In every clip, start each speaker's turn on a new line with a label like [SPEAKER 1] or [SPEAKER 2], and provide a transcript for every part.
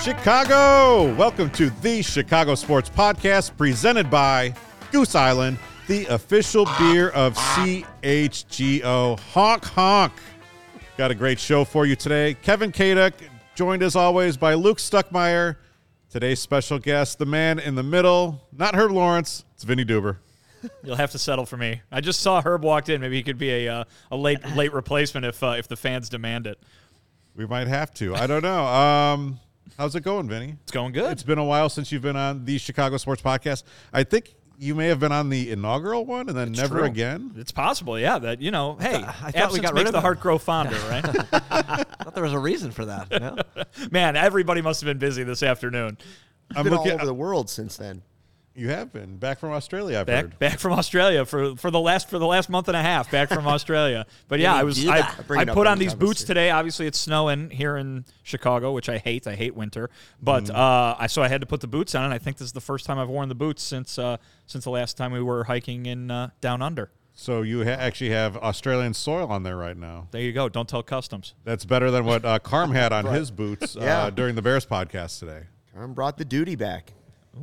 [SPEAKER 1] Chicago! Welcome to the Chicago Sports Podcast presented by Goose Island, the official beer of CHGO. Honk, honk. Got a great show for you today. Kevin Kaduk, joined as always by Luke Stuckmeyer. Today's special guest, the man in the middle, not Herb Lawrence, it's Vinny Duber.
[SPEAKER 2] You'll have to settle for me. I just saw Herb walked in. Maybe he could be a uh, a late late replacement if uh, if the fans demand it.
[SPEAKER 1] We might have to. I don't know. Um, how's it going, Vinny?
[SPEAKER 2] It's going good.
[SPEAKER 1] It's been a while since you've been on the Chicago Sports Podcast. I think you may have been on the inaugural one and then never
[SPEAKER 2] True.
[SPEAKER 1] again.
[SPEAKER 2] It's possible, yeah. That you know, hey,
[SPEAKER 3] thought we
[SPEAKER 2] absence
[SPEAKER 3] got rid
[SPEAKER 2] makes
[SPEAKER 3] of
[SPEAKER 2] the
[SPEAKER 3] him.
[SPEAKER 2] heart grow fonder, right?
[SPEAKER 3] I thought there was a reason for that. You know?
[SPEAKER 2] Man, everybody must have been busy this afternoon.
[SPEAKER 1] I'm
[SPEAKER 4] been all
[SPEAKER 1] looking.
[SPEAKER 4] over the world since then.
[SPEAKER 1] You have been back from Australia. I've heard.
[SPEAKER 2] Back back from Australia for, for the last for the last month and a half. Back from Australia, but yeah, I was I,
[SPEAKER 4] Bring
[SPEAKER 2] I
[SPEAKER 4] it up
[SPEAKER 2] put on
[SPEAKER 4] every
[SPEAKER 2] these
[SPEAKER 4] time I
[SPEAKER 2] boots
[SPEAKER 4] see it.
[SPEAKER 2] today. Obviously, it's snowing here in Chicago, which I hate. I hate winter, but
[SPEAKER 4] Mm-hmm.
[SPEAKER 2] uh, I so I had to put the boots on, and I think this is the first time I've worn the boots since uh, since the last time we were hiking in uh, down under.
[SPEAKER 1] So you ha- actually have Australian soil on there right now.
[SPEAKER 2] There you go. Don't tell customs.
[SPEAKER 1] That's better than what uh, Carm had on his boots uh,
[SPEAKER 4] Yeah.
[SPEAKER 1] during the Bears podcast today.
[SPEAKER 4] Carm brought the duty back.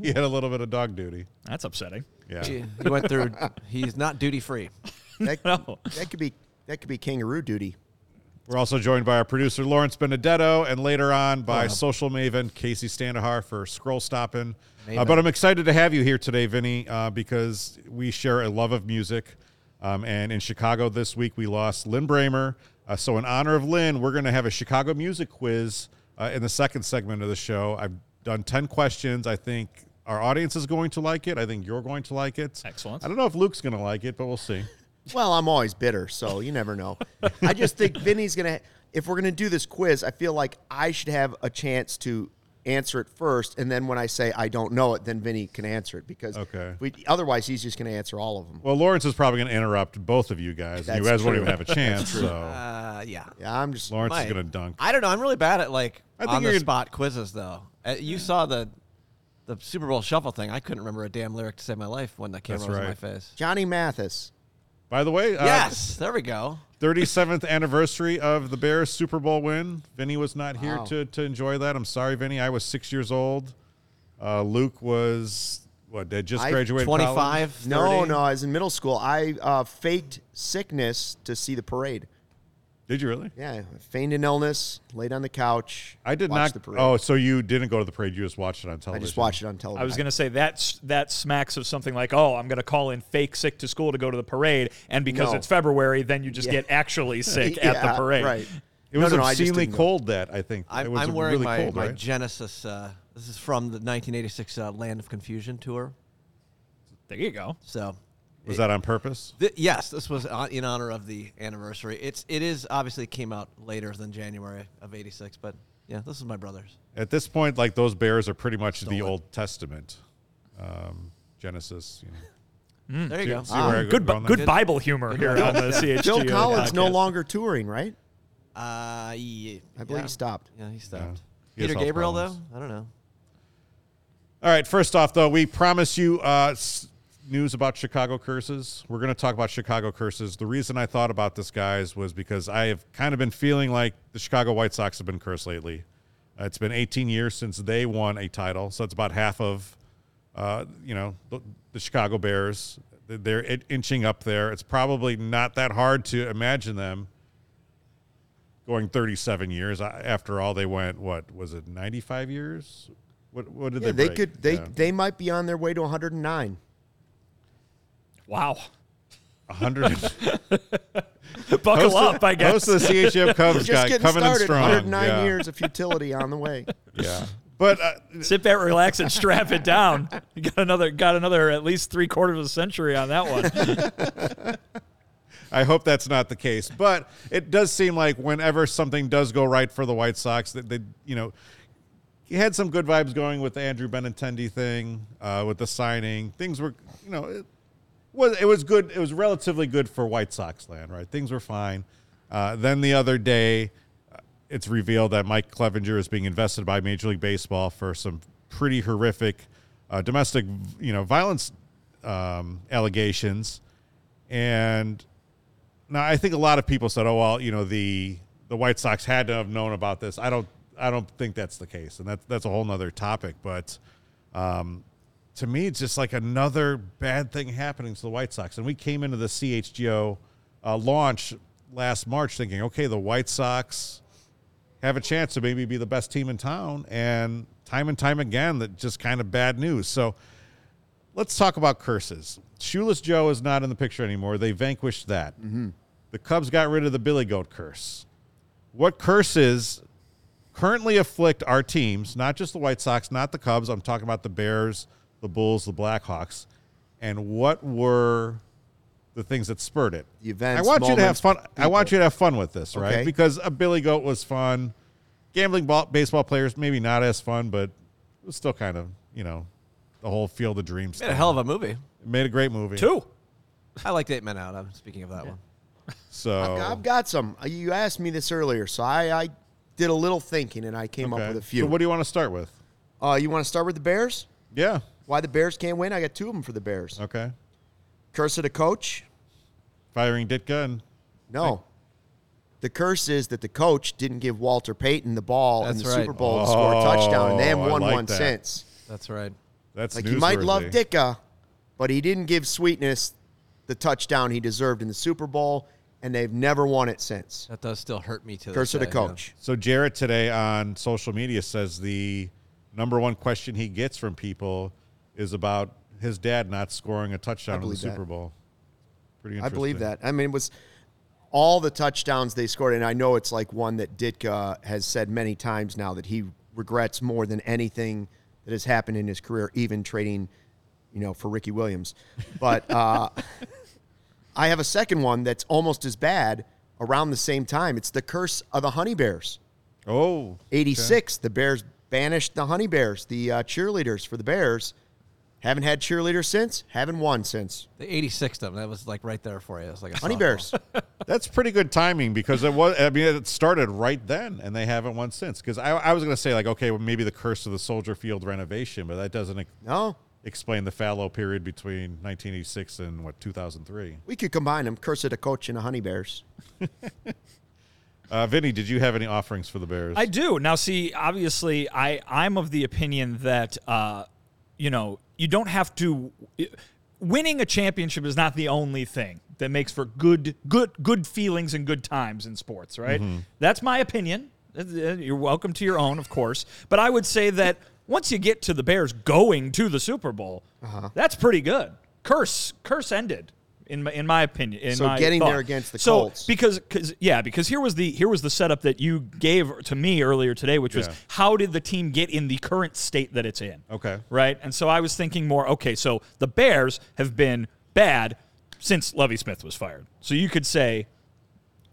[SPEAKER 1] He had a little bit of dog duty.
[SPEAKER 2] That's upsetting.
[SPEAKER 1] Yeah.
[SPEAKER 3] He he went through. He's not duty free.
[SPEAKER 4] That,
[SPEAKER 2] No.
[SPEAKER 4] that could be that could be kangaroo duty.
[SPEAKER 1] We're also joined by our producer Lawrence Benedetto, and later on by social maven Casey Standahar for scroll stopping. Uh, but I'm excited to have you here today, Vinny, uh, because we share a love of music. Um, and in Chicago this week, we lost Lynn Bramer. Uh, so in honor of Lynn, we're going to have a Chicago music quiz uh, in the second segment of the show. I've done ten questions. I think our audience is going to like it. I think you're going to like it.
[SPEAKER 2] Excellent.
[SPEAKER 1] I don't know if Luke's going to like it, but we'll see.
[SPEAKER 4] Well, I'm always bitter, so you never know. I just think Vinny's gonna. If we're gonna do this quiz, I feel like I should have a chance to answer it first, and then when I say I don't know it, then Vinny can answer it because
[SPEAKER 1] Okay.
[SPEAKER 4] we, otherwise he's just gonna answer all of them.
[SPEAKER 1] Well, Lawrence is probably going to interrupt both of you guys. and you
[SPEAKER 4] That's
[SPEAKER 1] guys won't
[SPEAKER 4] true.
[SPEAKER 1] even have a chance. So.
[SPEAKER 3] Uh, yeah.
[SPEAKER 4] Yeah, I'm just
[SPEAKER 1] Lawrence
[SPEAKER 3] My-
[SPEAKER 1] is going to dunk.
[SPEAKER 3] I don't know. I'm really bad at like
[SPEAKER 1] I think
[SPEAKER 3] on
[SPEAKER 1] you're
[SPEAKER 3] the
[SPEAKER 1] gonna-
[SPEAKER 3] spot quizzes though. Uh, you saw the the Super Bowl shuffle thing. I couldn't remember a damn lyric to save my life when the camera
[SPEAKER 1] That's
[SPEAKER 3] was in my
[SPEAKER 1] right.
[SPEAKER 3] face.
[SPEAKER 4] Johnny Mathis.
[SPEAKER 1] By the way, uh,
[SPEAKER 3] yes, there we go.
[SPEAKER 1] 37th anniversary of the Bears Super Bowl win. Vinny was not here
[SPEAKER 4] Wow.
[SPEAKER 1] to, to enjoy that. I'm sorry, Vinny. I was six years old. Uh, Luke was, what, did just
[SPEAKER 4] I-
[SPEAKER 1] graduated college?
[SPEAKER 3] 25.
[SPEAKER 4] No,
[SPEAKER 3] 30.
[SPEAKER 4] no, I was in middle school. I uh, faked sickness to see the parade.
[SPEAKER 1] Did you really?
[SPEAKER 4] Yeah, I feigned an illness, laid on the couch.
[SPEAKER 1] I did
[SPEAKER 4] watched
[SPEAKER 1] not.
[SPEAKER 4] The parade.
[SPEAKER 1] Oh, so you didn't go to the parade. You just watched it on
[SPEAKER 4] I
[SPEAKER 1] television.
[SPEAKER 4] just watched it on television.
[SPEAKER 2] I was going to say that's that smacks of something like, oh, I'm going to call in fake sick to school to go to the parade, and because
[SPEAKER 4] No.
[SPEAKER 2] it's February, then you just get actually sick at the
[SPEAKER 4] Yeah,
[SPEAKER 2] parade.
[SPEAKER 4] Right.
[SPEAKER 1] It was
[SPEAKER 4] No, no, no, I just
[SPEAKER 1] obscenely
[SPEAKER 4] didn't know.
[SPEAKER 1] cold that, I think. it
[SPEAKER 3] I'm,
[SPEAKER 1] was
[SPEAKER 3] I'm wearing
[SPEAKER 1] really
[SPEAKER 3] my,
[SPEAKER 1] cold,
[SPEAKER 3] my
[SPEAKER 1] right?
[SPEAKER 3] Genesis. Uh, this is from the 1986 uh, Land of Confusion tour.
[SPEAKER 2] There you go.
[SPEAKER 3] So
[SPEAKER 1] was that on purpose?
[SPEAKER 3] Th- yes, this was on, in honor of the anniversary. It's it is obviously came out later than January of '86, but yeah, this is my brother's.
[SPEAKER 1] At this point, like those bears are pretty much the
[SPEAKER 3] Stolen.
[SPEAKER 1] Old Testament. Um, Genesis. You know.
[SPEAKER 3] There you go.
[SPEAKER 1] Hmm.
[SPEAKER 3] Ah,
[SPEAKER 1] See where I go
[SPEAKER 2] Good,
[SPEAKER 1] wrong there?
[SPEAKER 2] good Bible humor here on the CHGO.
[SPEAKER 4] Bill Collins no
[SPEAKER 2] podcast.
[SPEAKER 4] longer touring, right?
[SPEAKER 3] Uh, yeah,
[SPEAKER 4] Ah. I believe he stopped.
[SPEAKER 3] Yeah, he
[SPEAKER 1] Yeah.
[SPEAKER 3] stopped.
[SPEAKER 1] He has
[SPEAKER 3] Peter
[SPEAKER 1] health
[SPEAKER 3] Gabriel,
[SPEAKER 1] problems.
[SPEAKER 3] though, I don't know.
[SPEAKER 1] All right. First off, though, we promise you uh, s- news about Chicago curses. We're going to talk about Chicago curses. The reason I thought about this, guys, was because I have kind of been feeling like the Chicago White Sox have been cursed lately. Uh, it's been 18 years since they won a title, so it's about half of, uh, you know, the, the Chicago Bears. They're in- inching up there. It's probably not that hard to imagine them going 37 years. I- After all, they went what was it 95 years? What what did they?
[SPEAKER 4] Yeah, they
[SPEAKER 1] break?
[SPEAKER 4] could. They
[SPEAKER 1] Yeah.
[SPEAKER 4] they might be on their way to 109.
[SPEAKER 2] Wow.
[SPEAKER 1] 100.
[SPEAKER 2] Buckle up, I
[SPEAKER 1] Most
[SPEAKER 2] guess.
[SPEAKER 1] of the CHF Cubs
[SPEAKER 4] Just
[SPEAKER 1] got
[SPEAKER 4] getting
[SPEAKER 1] coming in
[SPEAKER 4] started.
[SPEAKER 1] strong.
[SPEAKER 4] 109
[SPEAKER 1] yeah.
[SPEAKER 4] years of futility on the way.
[SPEAKER 1] Yeah. But uh,
[SPEAKER 2] Sit back, relax, and strap it down. You got another, got another at least three quarters of a century on that one.
[SPEAKER 1] I hope that's not the case. But it does seem like whenever something does go right for the White Sox, that they, you know, he had some good vibes going with the Andrew Benintendi thing, uh, with the signing. Things were, you know, it was it was good. It was relatively good for White Sox land, right? Things were fine. Uh, then the other day, uh, it's revealed that Mike Clevenger is being invested by Major League Baseball for some pretty horrific uh, domestic, you know, violence um, allegations, and now I think a lot of people said, "Oh well, you know the the White Sox had to have known about this." I don't I don't think that's the case, and that's that's a whole nother topic. But um, to me, it's just like another bad thing happening to the White Sox, and we came into the CHGO uh, launch last March thinking, okay, the White Sox have a chance to maybe be the best team in town, and time and time again, that just kind of bad news. So let's talk about curses. Shoeless Joe is not in the picture anymore. They vanquished that. The Cubs got rid of the Billy Goat curse. What curses currently afflict our teams, not just the White Sox, not the Cubs? I'm talking about the Bears, the Bulls, the Blackhawks. And what were the things that spurred it?
[SPEAKER 4] The events,
[SPEAKER 1] I want you to have
[SPEAKER 4] moments,
[SPEAKER 1] fun. I want you to have fun with this, right?
[SPEAKER 4] Okay.
[SPEAKER 1] Because a Billy Goat was fun. Gambling ball, baseball players, maybe not as fun, but it was still kind of, you know, the whole field of dreams.
[SPEAKER 3] Made a hell of a movie.
[SPEAKER 1] Made a great movie.
[SPEAKER 2] Two.
[SPEAKER 3] I liked Eight Men Out. I'm speaking of that one.
[SPEAKER 1] So
[SPEAKER 4] I've got some. Uh, You asked me this earlier, so I, I did a little thinking and I came
[SPEAKER 1] okay.
[SPEAKER 4] up with a few.
[SPEAKER 1] So what do you want to start with?
[SPEAKER 4] uh, you want to start with the Bears?
[SPEAKER 1] Yeah.
[SPEAKER 4] Why the Bears can't win? I got two of them for the Bears.
[SPEAKER 1] Okay.
[SPEAKER 4] Curse of the coach?
[SPEAKER 1] Firing Ditka and
[SPEAKER 4] No. The curse is that the coach didn't give Walter Payton the ball in
[SPEAKER 3] That's
[SPEAKER 4] the
[SPEAKER 3] right.
[SPEAKER 4] Super Bowl to score a touchdown, and they
[SPEAKER 1] Oh,
[SPEAKER 4] haven't
[SPEAKER 1] I
[SPEAKER 4] won
[SPEAKER 1] like
[SPEAKER 4] one
[SPEAKER 1] that.
[SPEAKER 4] since.
[SPEAKER 3] That's right.
[SPEAKER 1] that's
[SPEAKER 4] Like he might love
[SPEAKER 1] newsworthy.
[SPEAKER 4] Dicka, but he didn't give Sweetness the touchdown he deserved in the Super Bowl, and they've never won it since.
[SPEAKER 3] That does still hurt me to this
[SPEAKER 4] Curse of the
[SPEAKER 3] day,
[SPEAKER 4] coach.
[SPEAKER 1] So Jarrett today on social media says the number one question he gets from people is about his dad not scoring a touchdown in the
[SPEAKER 4] believe that.
[SPEAKER 1] Super Bowl. Pretty
[SPEAKER 4] I
[SPEAKER 1] interesting.
[SPEAKER 4] believe that. I mean, it was all the touchdowns they scored, and I know it's like one that Ditka has said many times now that he regrets more than anything that has happened in his career, even trading, you know, for Ricky Williams. But uh, I have a second one that's almost as bad around the same time. It's the curse of the honey bears.
[SPEAKER 1] Oh,
[SPEAKER 4] 86, the Bears banished the honey bears, the uh, cheerleaders for the Bears. Haven't had cheerleaders since, haven't won since.
[SPEAKER 3] Yeah. The 86th of them. That was like right there for you. It's like a
[SPEAKER 4] Honey
[SPEAKER 3] softball.
[SPEAKER 4] bears.
[SPEAKER 1] That's pretty good timing because it was. I mean, it started right then, and they haven't won since. Because I, I was going to say like, okay, well, maybe the curse of the Soldier Field renovation, but that doesn't ex-
[SPEAKER 4] No.
[SPEAKER 1] explain the fallow period between 1986 and what 2003.
[SPEAKER 4] We could combine them. Curse of the coach and the honey bears.
[SPEAKER 1] Uh, Vinny, did you have any offerings for the Bears?
[SPEAKER 2] I do. Now, see, obviously, I, I'm of the opinion that, uh, you know, you don't have to. Winning a championship is not the only thing that makes for good, good, good feelings and good times in sports, right?
[SPEAKER 4] Mm-hmm.
[SPEAKER 2] That's my opinion. Uh, You're welcome to your own, of course. But I would say that once you get to the Bears going to the Super Bowl,
[SPEAKER 4] Uh-huh.
[SPEAKER 2] that's pretty good. Curse, curse ended. In my, in my opinion, in
[SPEAKER 4] So
[SPEAKER 2] my
[SPEAKER 4] getting
[SPEAKER 2] thought.
[SPEAKER 4] there against the
[SPEAKER 2] so,
[SPEAKER 4] Colts.
[SPEAKER 2] because because yeah because here was the here was the setup that you gave to me earlier today which was
[SPEAKER 1] Yeah.
[SPEAKER 2] how did the team get in the current state that it's in
[SPEAKER 1] Okay.
[SPEAKER 2] right and so i was thinking more okay so the bears have been bad since lovey smith was fired so you could say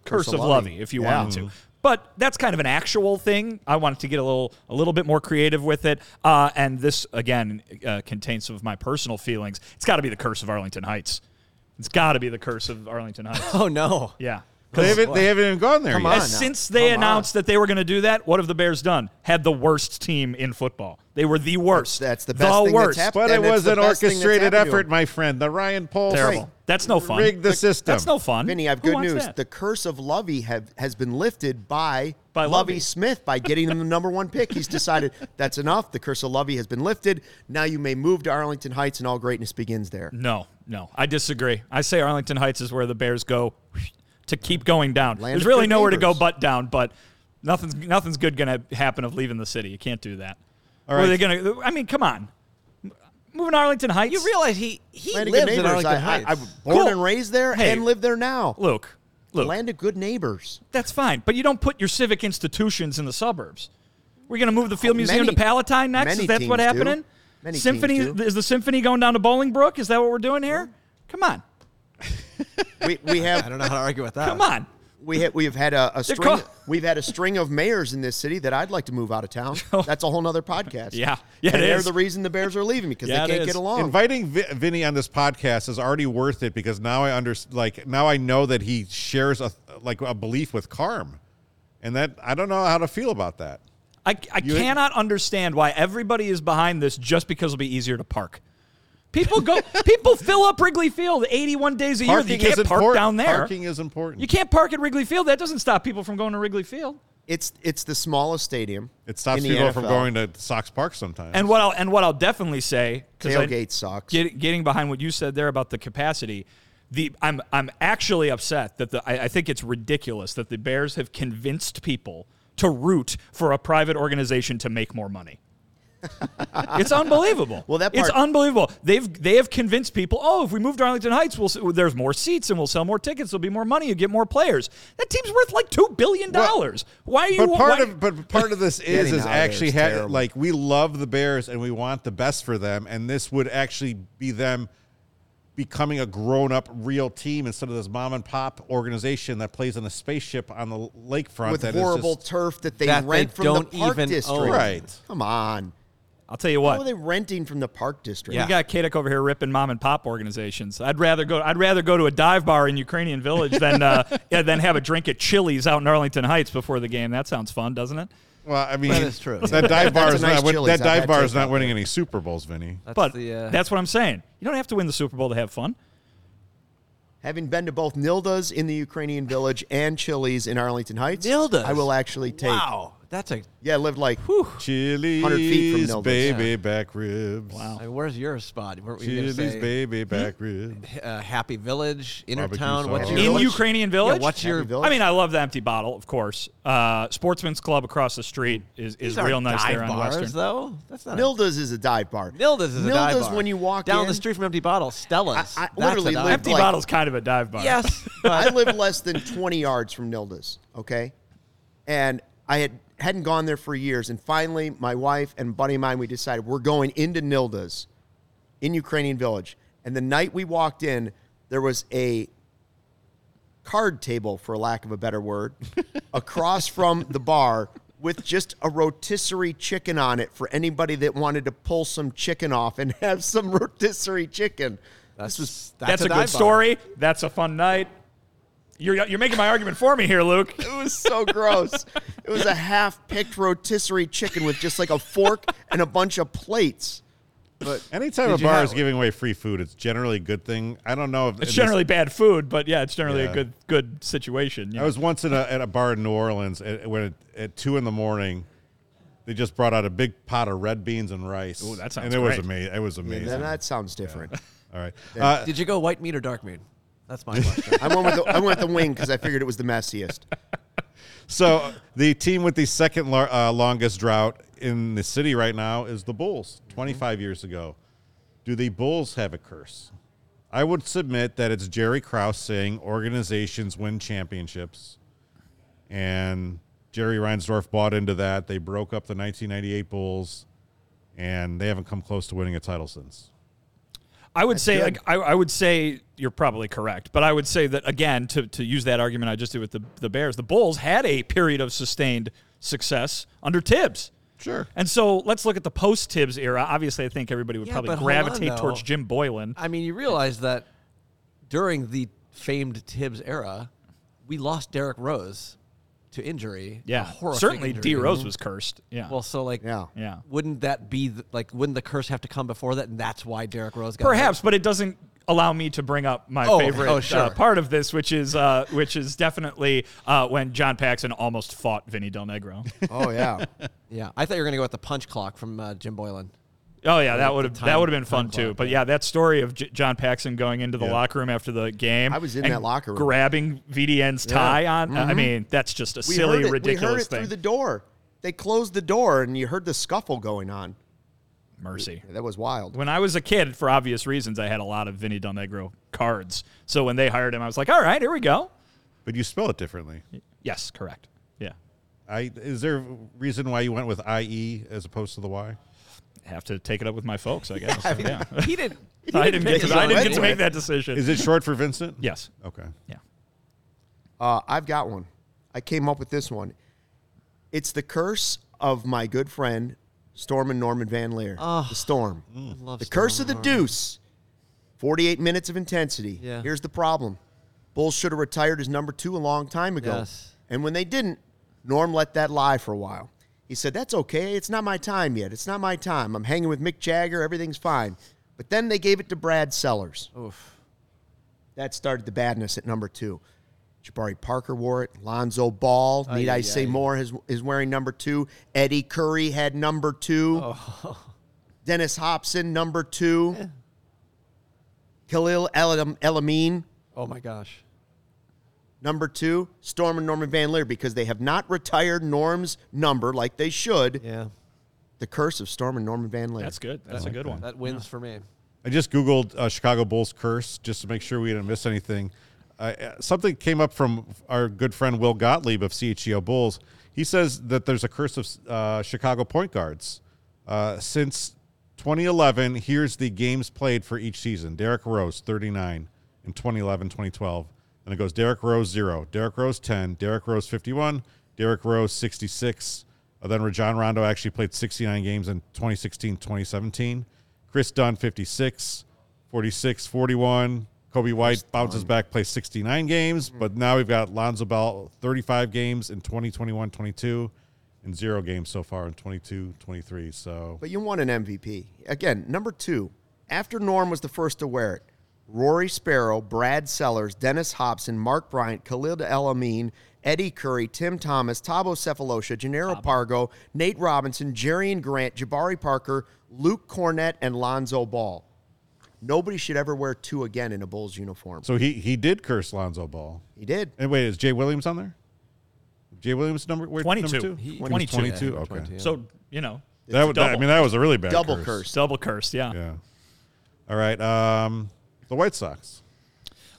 [SPEAKER 2] curse, of lovey. if you
[SPEAKER 4] Yeah.
[SPEAKER 2] wanted to but that's kind of an actual thing. I wanted to get a little, a little bit more creative with it, uh, and this again uh, contains some of my personal feelings. It's got to be the curse of Arlington Heights. It's got to be the curse of Arlington Heights.
[SPEAKER 3] Oh, no.
[SPEAKER 2] Yeah.
[SPEAKER 1] They haven't, they haven't even gone there
[SPEAKER 4] Come
[SPEAKER 1] yet.
[SPEAKER 4] on.
[SPEAKER 2] As
[SPEAKER 4] now.
[SPEAKER 2] since they
[SPEAKER 4] Come
[SPEAKER 2] announced that they were going to do that, what have the Bears done? Had the worst team in football. They were the worst.
[SPEAKER 4] That's- that's the best thing that's
[SPEAKER 2] worst.
[SPEAKER 4] happened.
[SPEAKER 1] But
[SPEAKER 4] And
[SPEAKER 1] it
[SPEAKER 4] it's
[SPEAKER 1] was
[SPEAKER 4] the
[SPEAKER 1] an
[SPEAKER 4] best thing that's
[SPEAKER 1] orchestrated
[SPEAKER 4] happened to
[SPEAKER 1] effort,
[SPEAKER 4] him.
[SPEAKER 1] my friend. The Ryan Paul
[SPEAKER 2] Terrible.
[SPEAKER 1] thing
[SPEAKER 2] That's no fun.
[SPEAKER 1] rigged the system.
[SPEAKER 2] That's no fun.
[SPEAKER 4] Vinny, I have
[SPEAKER 2] Hmm? Who
[SPEAKER 4] good
[SPEAKER 2] wants
[SPEAKER 4] news.
[SPEAKER 2] that?
[SPEAKER 4] The curse of Lovey have, has been lifted by,
[SPEAKER 2] By
[SPEAKER 4] Lovey.
[SPEAKER 2] Lovey.
[SPEAKER 4] Smith by getting him the number one pick. He's decided that's enough. The curse of Lovey has been lifted. Now you may move to Arlington Heights, and all greatness begins there.
[SPEAKER 2] no, no. I disagree. I say Arlington Heights is where the Bears go to keep going down.
[SPEAKER 4] Land
[SPEAKER 2] There's
[SPEAKER 4] of
[SPEAKER 2] really
[SPEAKER 4] good
[SPEAKER 2] nowhere to go
[SPEAKER 4] neighbors.
[SPEAKER 2] but down, but nothing's nothing's good going to happen of leaving the city. You can't do that. All
[SPEAKER 1] right.
[SPEAKER 2] Are they going to I mean, come on. Moving to Arlington Heights.
[SPEAKER 3] You realize he, he
[SPEAKER 4] Land of
[SPEAKER 3] lives
[SPEAKER 4] good
[SPEAKER 3] in
[SPEAKER 4] neighbors.
[SPEAKER 3] Arlington
[SPEAKER 4] I,
[SPEAKER 3] Heights.
[SPEAKER 4] I, I was born
[SPEAKER 2] Cool.
[SPEAKER 4] and raised there
[SPEAKER 2] Hey.
[SPEAKER 4] and live there now.
[SPEAKER 2] Luke. Luke.
[SPEAKER 4] Land of good neighbors.
[SPEAKER 2] That's fine, but you don't put your civic institutions in the suburbs. We're going to move the Field Museum
[SPEAKER 4] Oh, many-
[SPEAKER 2] to Palatine next.
[SPEAKER 4] many
[SPEAKER 2] Is that what
[SPEAKER 4] teams do.
[SPEAKER 2] happening?
[SPEAKER 4] Many teams
[SPEAKER 2] symphony
[SPEAKER 4] do.
[SPEAKER 2] is the symphony going down to Bolingbrook? Is that what we're doing here? Come on,
[SPEAKER 4] we, we
[SPEAKER 3] I
[SPEAKER 4] have
[SPEAKER 3] don't know how to argue with that.
[SPEAKER 2] Come on.
[SPEAKER 4] we have we've had a, a string
[SPEAKER 2] call-
[SPEAKER 4] we've had a string of mayors in this city that I'd like to move out of town. That's a whole nother podcast.
[SPEAKER 2] Yeah. Yeah,
[SPEAKER 4] and
[SPEAKER 2] it
[SPEAKER 4] they're
[SPEAKER 2] is.
[SPEAKER 4] the reason the Bears are leaving because
[SPEAKER 2] Yeah, it
[SPEAKER 4] they can't
[SPEAKER 2] is.
[SPEAKER 4] get along.
[SPEAKER 1] Inviting Vi- Vinny on this podcast is already worth it because now I under like now I know that he shares a like a belief with Carm, and that I don't know how to feel about that.
[SPEAKER 2] I, I cannot understand why everybody is behind this just because it'll be easier to park. People go, people fill up Wrigley Field 81 days a year. You can't park
[SPEAKER 1] important.
[SPEAKER 2] down there.
[SPEAKER 1] Parking is important.
[SPEAKER 2] You can't park at Wrigley Field. That doesn't stop people from going to Wrigley Field.
[SPEAKER 4] it's it's the smallest stadium.
[SPEAKER 1] it stops
[SPEAKER 4] in the
[SPEAKER 1] people from
[SPEAKER 4] NFL.
[SPEAKER 1] going to Sox Park sometimes.
[SPEAKER 2] And what I'll and what I'll definitely say because
[SPEAKER 4] Tailgate sucks.
[SPEAKER 2] Get, getting behind what you said there about the capacity, the I'm I'm actually upset that the I, I think it's ridiculous that the Bears have convinced people to root for a private organization to make more money. it's unbelievable.
[SPEAKER 4] Well, that
[SPEAKER 2] it's
[SPEAKER 4] part-
[SPEAKER 2] unbelievable. They've they have convinced people. Oh, if we move to Arlington Heights, we'll s- there's more seats and we'll sell more tickets. There'll be more money. You get more players. That team's worth like two billion
[SPEAKER 1] Well,
[SPEAKER 2] dollars. Why are you?
[SPEAKER 1] but part
[SPEAKER 2] why-
[SPEAKER 1] of but part of this is
[SPEAKER 4] Getting
[SPEAKER 1] is
[SPEAKER 4] out there
[SPEAKER 1] actually
[SPEAKER 4] is
[SPEAKER 1] ha-
[SPEAKER 4] terrible.
[SPEAKER 1] like we love the Bears and we want the best for them, and this would actually be them becoming a grown up real team instead of this mom and pop organization that plays in a spaceship on the lakefront
[SPEAKER 4] with
[SPEAKER 1] that is
[SPEAKER 4] horrible
[SPEAKER 1] just,
[SPEAKER 4] turf that they
[SPEAKER 3] That they
[SPEAKER 4] rent from
[SPEAKER 3] don't
[SPEAKER 4] the park
[SPEAKER 3] even
[SPEAKER 4] district.
[SPEAKER 3] own.
[SPEAKER 1] Right.
[SPEAKER 4] Come on.
[SPEAKER 2] I'll tell you
[SPEAKER 4] How
[SPEAKER 2] what.
[SPEAKER 4] are they renting from the park district?
[SPEAKER 3] Yeah.
[SPEAKER 2] You got Kadek over here ripping mom and pop organizations. I'd rather go. I'd rather go to a dive bar in Ukrainian Village than uh, yeah, than have a drink at Chili's out in Arlington Heights before the game. That sounds fun, doesn't it?
[SPEAKER 1] well, I mean,
[SPEAKER 3] That is true.
[SPEAKER 1] That dive bar
[SPEAKER 4] That's a
[SPEAKER 1] is
[SPEAKER 4] nice
[SPEAKER 1] not win-
[SPEAKER 4] Chili's.
[SPEAKER 1] that
[SPEAKER 4] I've
[SPEAKER 1] dive
[SPEAKER 4] had
[SPEAKER 1] bar is
[SPEAKER 4] takeout
[SPEAKER 1] not winning any Super Bowls, Vinny.
[SPEAKER 3] That's
[SPEAKER 2] but
[SPEAKER 3] the, uh,
[SPEAKER 2] that's what I'm saying. You don't have to win the Super Bowl to have fun.
[SPEAKER 4] Having been to both Nilda's in the Ukrainian village and Chili's in Arlington Heights,
[SPEAKER 3] Nilda's?
[SPEAKER 4] I will actually take.
[SPEAKER 3] wow. That's a.
[SPEAKER 4] Yeah, I lived like
[SPEAKER 1] Chili's,
[SPEAKER 4] 100 feet from Melbourne.
[SPEAKER 1] baby back ribs. Wow.
[SPEAKER 3] I mean, where's your spot? Weren't you gonna
[SPEAKER 1] Chili's,
[SPEAKER 3] say
[SPEAKER 1] baby back ribs.
[SPEAKER 3] uh, Happy Village, Inner
[SPEAKER 1] Barbecue
[SPEAKER 3] Town? What's
[SPEAKER 1] sauce.
[SPEAKER 3] your
[SPEAKER 2] in
[SPEAKER 3] village?
[SPEAKER 2] Ukrainian Village.
[SPEAKER 3] Yeah, what's your?
[SPEAKER 4] Happy Village.
[SPEAKER 2] I mean, I love the empty bottle, of course. Uh, Sportsman's Club across the street is, is
[SPEAKER 3] These aren't
[SPEAKER 2] real nice
[SPEAKER 3] dive
[SPEAKER 2] there on
[SPEAKER 3] bars,
[SPEAKER 2] Western.
[SPEAKER 3] though. That's not. a,
[SPEAKER 4] Nilda's is a dive bar.
[SPEAKER 3] Nilda's is a dive
[SPEAKER 4] Nilda's
[SPEAKER 3] bar.
[SPEAKER 4] when you walk
[SPEAKER 3] down
[SPEAKER 4] in-
[SPEAKER 3] the street from Empty Bottle, Stella's.
[SPEAKER 4] I- I
[SPEAKER 3] That's
[SPEAKER 4] literally
[SPEAKER 3] a dive
[SPEAKER 4] lived
[SPEAKER 2] empty
[SPEAKER 4] like-
[SPEAKER 2] bottle's kind of a dive bar.
[SPEAKER 3] Yes,
[SPEAKER 4] I live less than 20 yards from Nilda's, okay? And I had hadn't gone there for years and finally my wife and a buddy of mine we decided we're going into Nilda's in Ukrainian Village. And the night we walked in, there was a card table for lack of a better word across from the bar with just a rotisserie chicken on it for anybody that wanted to pull some chicken off and have some rotisserie chicken.
[SPEAKER 3] That's, was,
[SPEAKER 2] that's, a,
[SPEAKER 3] dive bar.
[SPEAKER 2] good story. That's a fun night. You're you're making my argument for me here, Luke.
[SPEAKER 4] It was so gross. It was a half picked rotisserie chicken with just like a fork and a bunch of plates.
[SPEAKER 1] Anytime
[SPEAKER 3] Did
[SPEAKER 1] a
[SPEAKER 3] you
[SPEAKER 1] bar
[SPEAKER 3] have-
[SPEAKER 1] is giving away free food, it's generally a good thing. I don't know if in
[SPEAKER 2] It's
[SPEAKER 1] this-
[SPEAKER 2] generally bad food, but yeah, it's generally
[SPEAKER 1] Yeah.
[SPEAKER 2] a good good situation.
[SPEAKER 1] I was once in a, at a bar in New Orleans at, when it, at two in the morning, they just brought out a big pot of red beans and rice. Oh,
[SPEAKER 2] that sounds
[SPEAKER 1] and it was
[SPEAKER 2] great.
[SPEAKER 1] amazing. It was amazing.
[SPEAKER 4] Then that sounds different.
[SPEAKER 1] All right, uh,
[SPEAKER 3] Did you go white meat or dark meat? That's my question.
[SPEAKER 4] I went with the, I went with the wing because I figured it was the messiest.
[SPEAKER 1] so the team with the second lar- uh, longest drought in the city right now is the Bulls. Twenty-five years ago, do the Bulls have a curse? I would submit that it's Jerry Krause saying organizations win championships. and Jerry Reinsdorf bought into that. They broke up the 1998 Bulls, and they haven't come close to winning a title since.
[SPEAKER 2] I would say like, I, I would say you're probably correct, but I would say that again to, to use that argument I just did with the the Bears, the Bulls had a period of sustained success under Tibbs.
[SPEAKER 1] Sure.
[SPEAKER 2] And so let's look at the post Tibbs era. Obviously, I think everybody would
[SPEAKER 3] Yeah,
[SPEAKER 2] probably
[SPEAKER 3] but hold on,
[SPEAKER 2] gravitate
[SPEAKER 3] though.
[SPEAKER 2] towards Jim Boylan.
[SPEAKER 3] I mean, you realize that during the famed Tibbs era, we lost Derrick Rose to injury. a
[SPEAKER 2] yeah,
[SPEAKER 3] horrific
[SPEAKER 2] certainly
[SPEAKER 3] injury.
[SPEAKER 2] D Rose was cursed. Yeah,
[SPEAKER 3] Well, so like,
[SPEAKER 4] Yeah.
[SPEAKER 2] yeah,
[SPEAKER 3] wouldn't that be the, like, wouldn't the curse have to come before that? And that's why Derrick Rose got
[SPEAKER 2] perhaps, but it doesn't allow me to bring up my
[SPEAKER 3] Oh,
[SPEAKER 2] favorite
[SPEAKER 3] oh,
[SPEAKER 2] uh,
[SPEAKER 3] sure.
[SPEAKER 2] part of this, which is uh, which is definitely uh, when John Paxson almost fought Vinny Del Negro.
[SPEAKER 4] Oh yeah.
[SPEAKER 3] hurt. Yeah, I thought you were gonna go with the punch clock from uh, Jim Boylan.
[SPEAKER 2] Oh yeah, that would have
[SPEAKER 3] time-
[SPEAKER 2] that would have been fun
[SPEAKER 3] time
[SPEAKER 2] too.
[SPEAKER 3] clock,
[SPEAKER 2] But yeah, that story of J- John Paxson going into the
[SPEAKER 1] Yeah.
[SPEAKER 2] locker room after the game.
[SPEAKER 4] I was in
[SPEAKER 2] and
[SPEAKER 4] that locker room. Mm-hmm.
[SPEAKER 2] grabbing VDN's tie on. I mean, that's just a
[SPEAKER 4] We
[SPEAKER 2] silly,
[SPEAKER 4] heard it, we heard
[SPEAKER 2] ridiculous
[SPEAKER 4] it through
[SPEAKER 2] thing.
[SPEAKER 4] the door. They closed the door and you heard the scuffle going on.
[SPEAKER 2] Mercy.
[SPEAKER 4] That was wild.
[SPEAKER 2] When I was a kid, for obvious reasons, I had a lot of Vinny Del Negro cards. So when they hired him, I was like, "All right, here we go."
[SPEAKER 1] But you spell it differently.
[SPEAKER 2] Yes, correct. Yeah,
[SPEAKER 1] I is there a reason why you went with IE as opposed to the Y?
[SPEAKER 2] have to take it up with my folks, I guess. yeah.
[SPEAKER 3] He didn't.
[SPEAKER 2] I didn't get
[SPEAKER 4] pick
[SPEAKER 2] to, I didn't get
[SPEAKER 4] his own
[SPEAKER 2] to
[SPEAKER 4] anyway.
[SPEAKER 2] make that decision.
[SPEAKER 1] Is it short for Vincent?
[SPEAKER 2] yes.
[SPEAKER 1] Okay.
[SPEAKER 2] Yeah.
[SPEAKER 4] Uh, I've got one. I came up with this one. It's the curse of my good friend Storm and Norman Van Leer. the Storm.
[SPEAKER 3] Mm. Love
[SPEAKER 4] The
[SPEAKER 3] Storm
[SPEAKER 4] curse of the
[SPEAKER 3] Norman.
[SPEAKER 4] Deuce. 48 minutes of intensity.
[SPEAKER 3] Yeah.
[SPEAKER 4] Here's the problem. Bulls should have retired as number two a long time ago.
[SPEAKER 3] Yes.
[SPEAKER 4] And when they didn't, Norm let that lie for a while. He said, That's okay. It's not my time yet. It's not my time. I'm hanging with Mick Jagger. Everything's fine. But then they gave it to Brad Sellers.
[SPEAKER 3] Oof.
[SPEAKER 4] That started the badness at number two. Jabari Parker wore it. Lonzo Ball, need I
[SPEAKER 3] Ay,
[SPEAKER 4] say
[SPEAKER 3] ay.
[SPEAKER 4] more, is, is wearing number two. Eddie Curry had number two.
[SPEAKER 3] Oh.
[SPEAKER 4] Dennis Hobson, number two. Khalil El- Elamine,
[SPEAKER 3] Oh my gosh.
[SPEAKER 4] number two. Storm and Norman Van Leer, because they have not retired Norm's number like they should.
[SPEAKER 3] Yeah.
[SPEAKER 4] The curse of Storm and Norman Van Leer.
[SPEAKER 2] That's good.
[SPEAKER 1] Oh.
[SPEAKER 2] That's a good one.
[SPEAKER 3] That wins for me.
[SPEAKER 1] I just Googled uh, Chicago Bulls curse just to make sure we didn't miss anything. Uh, uh, something came up from our good friend Will Gottlieb of CHGO Bulls. He says that there's a curse of uh, Chicago point guards. Uh, since 2011, here's the games played for each season Derrick Rose, 39, in 2011, 2012. And it goes Derrick Rose, 0, Derrick Rose, 10, Derrick Rose, 51, Derrick Rose, 66. Uh, then Rajon Rondo actually played 69 games in 2016, 2017. Chris Dunn, 56, 46, 41. Kobe White bounces back, plays 69 games,
[SPEAKER 4] Mm-hmm.
[SPEAKER 1] but now we've got Lonzo Bell, 35 games in 2021, 22, and zero games so far in 22, 23. So
[SPEAKER 4] But you want an MVP. Again, number two, after Norm was the first to wear it, Rory Sparrow, Brad Sellers, Dennis Hobson, Mark Bryant, Khalil Elamine, Eddie Curry, Tim Thomas, Tabo Cephalosha, Gennaro Pargo, Nate Robinson, Jerry and Grant, Jabari Parker, Luke Cornett, and Lonzo Ball. Nobody should ever wear two again in a Bulls uniform.
[SPEAKER 1] so he he did curse Lonzo Ball.
[SPEAKER 4] He did.
[SPEAKER 1] And wait, is Jay Williams on there? Jay Williams number where,
[SPEAKER 2] 22.
[SPEAKER 1] Number two?
[SPEAKER 2] He-
[SPEAKER 1] He was
[SPEAKER 2] 22.
[SPEAKER 1] 22? Okay.
[SPEAKER 2] So, you know,
[SPEAKER 1] That, was, that I
[SPEAKER 2] double.
[SPEAKER 1] mean that was a really bad
[SPEAKER 4] Double
[SPEAKER 1] curse.
[SPEAKER 4] curse.
[SPEAKER 2] double curse. Yeah.
[SPEAKER 1] Yeah. All right. Um, the White Sox.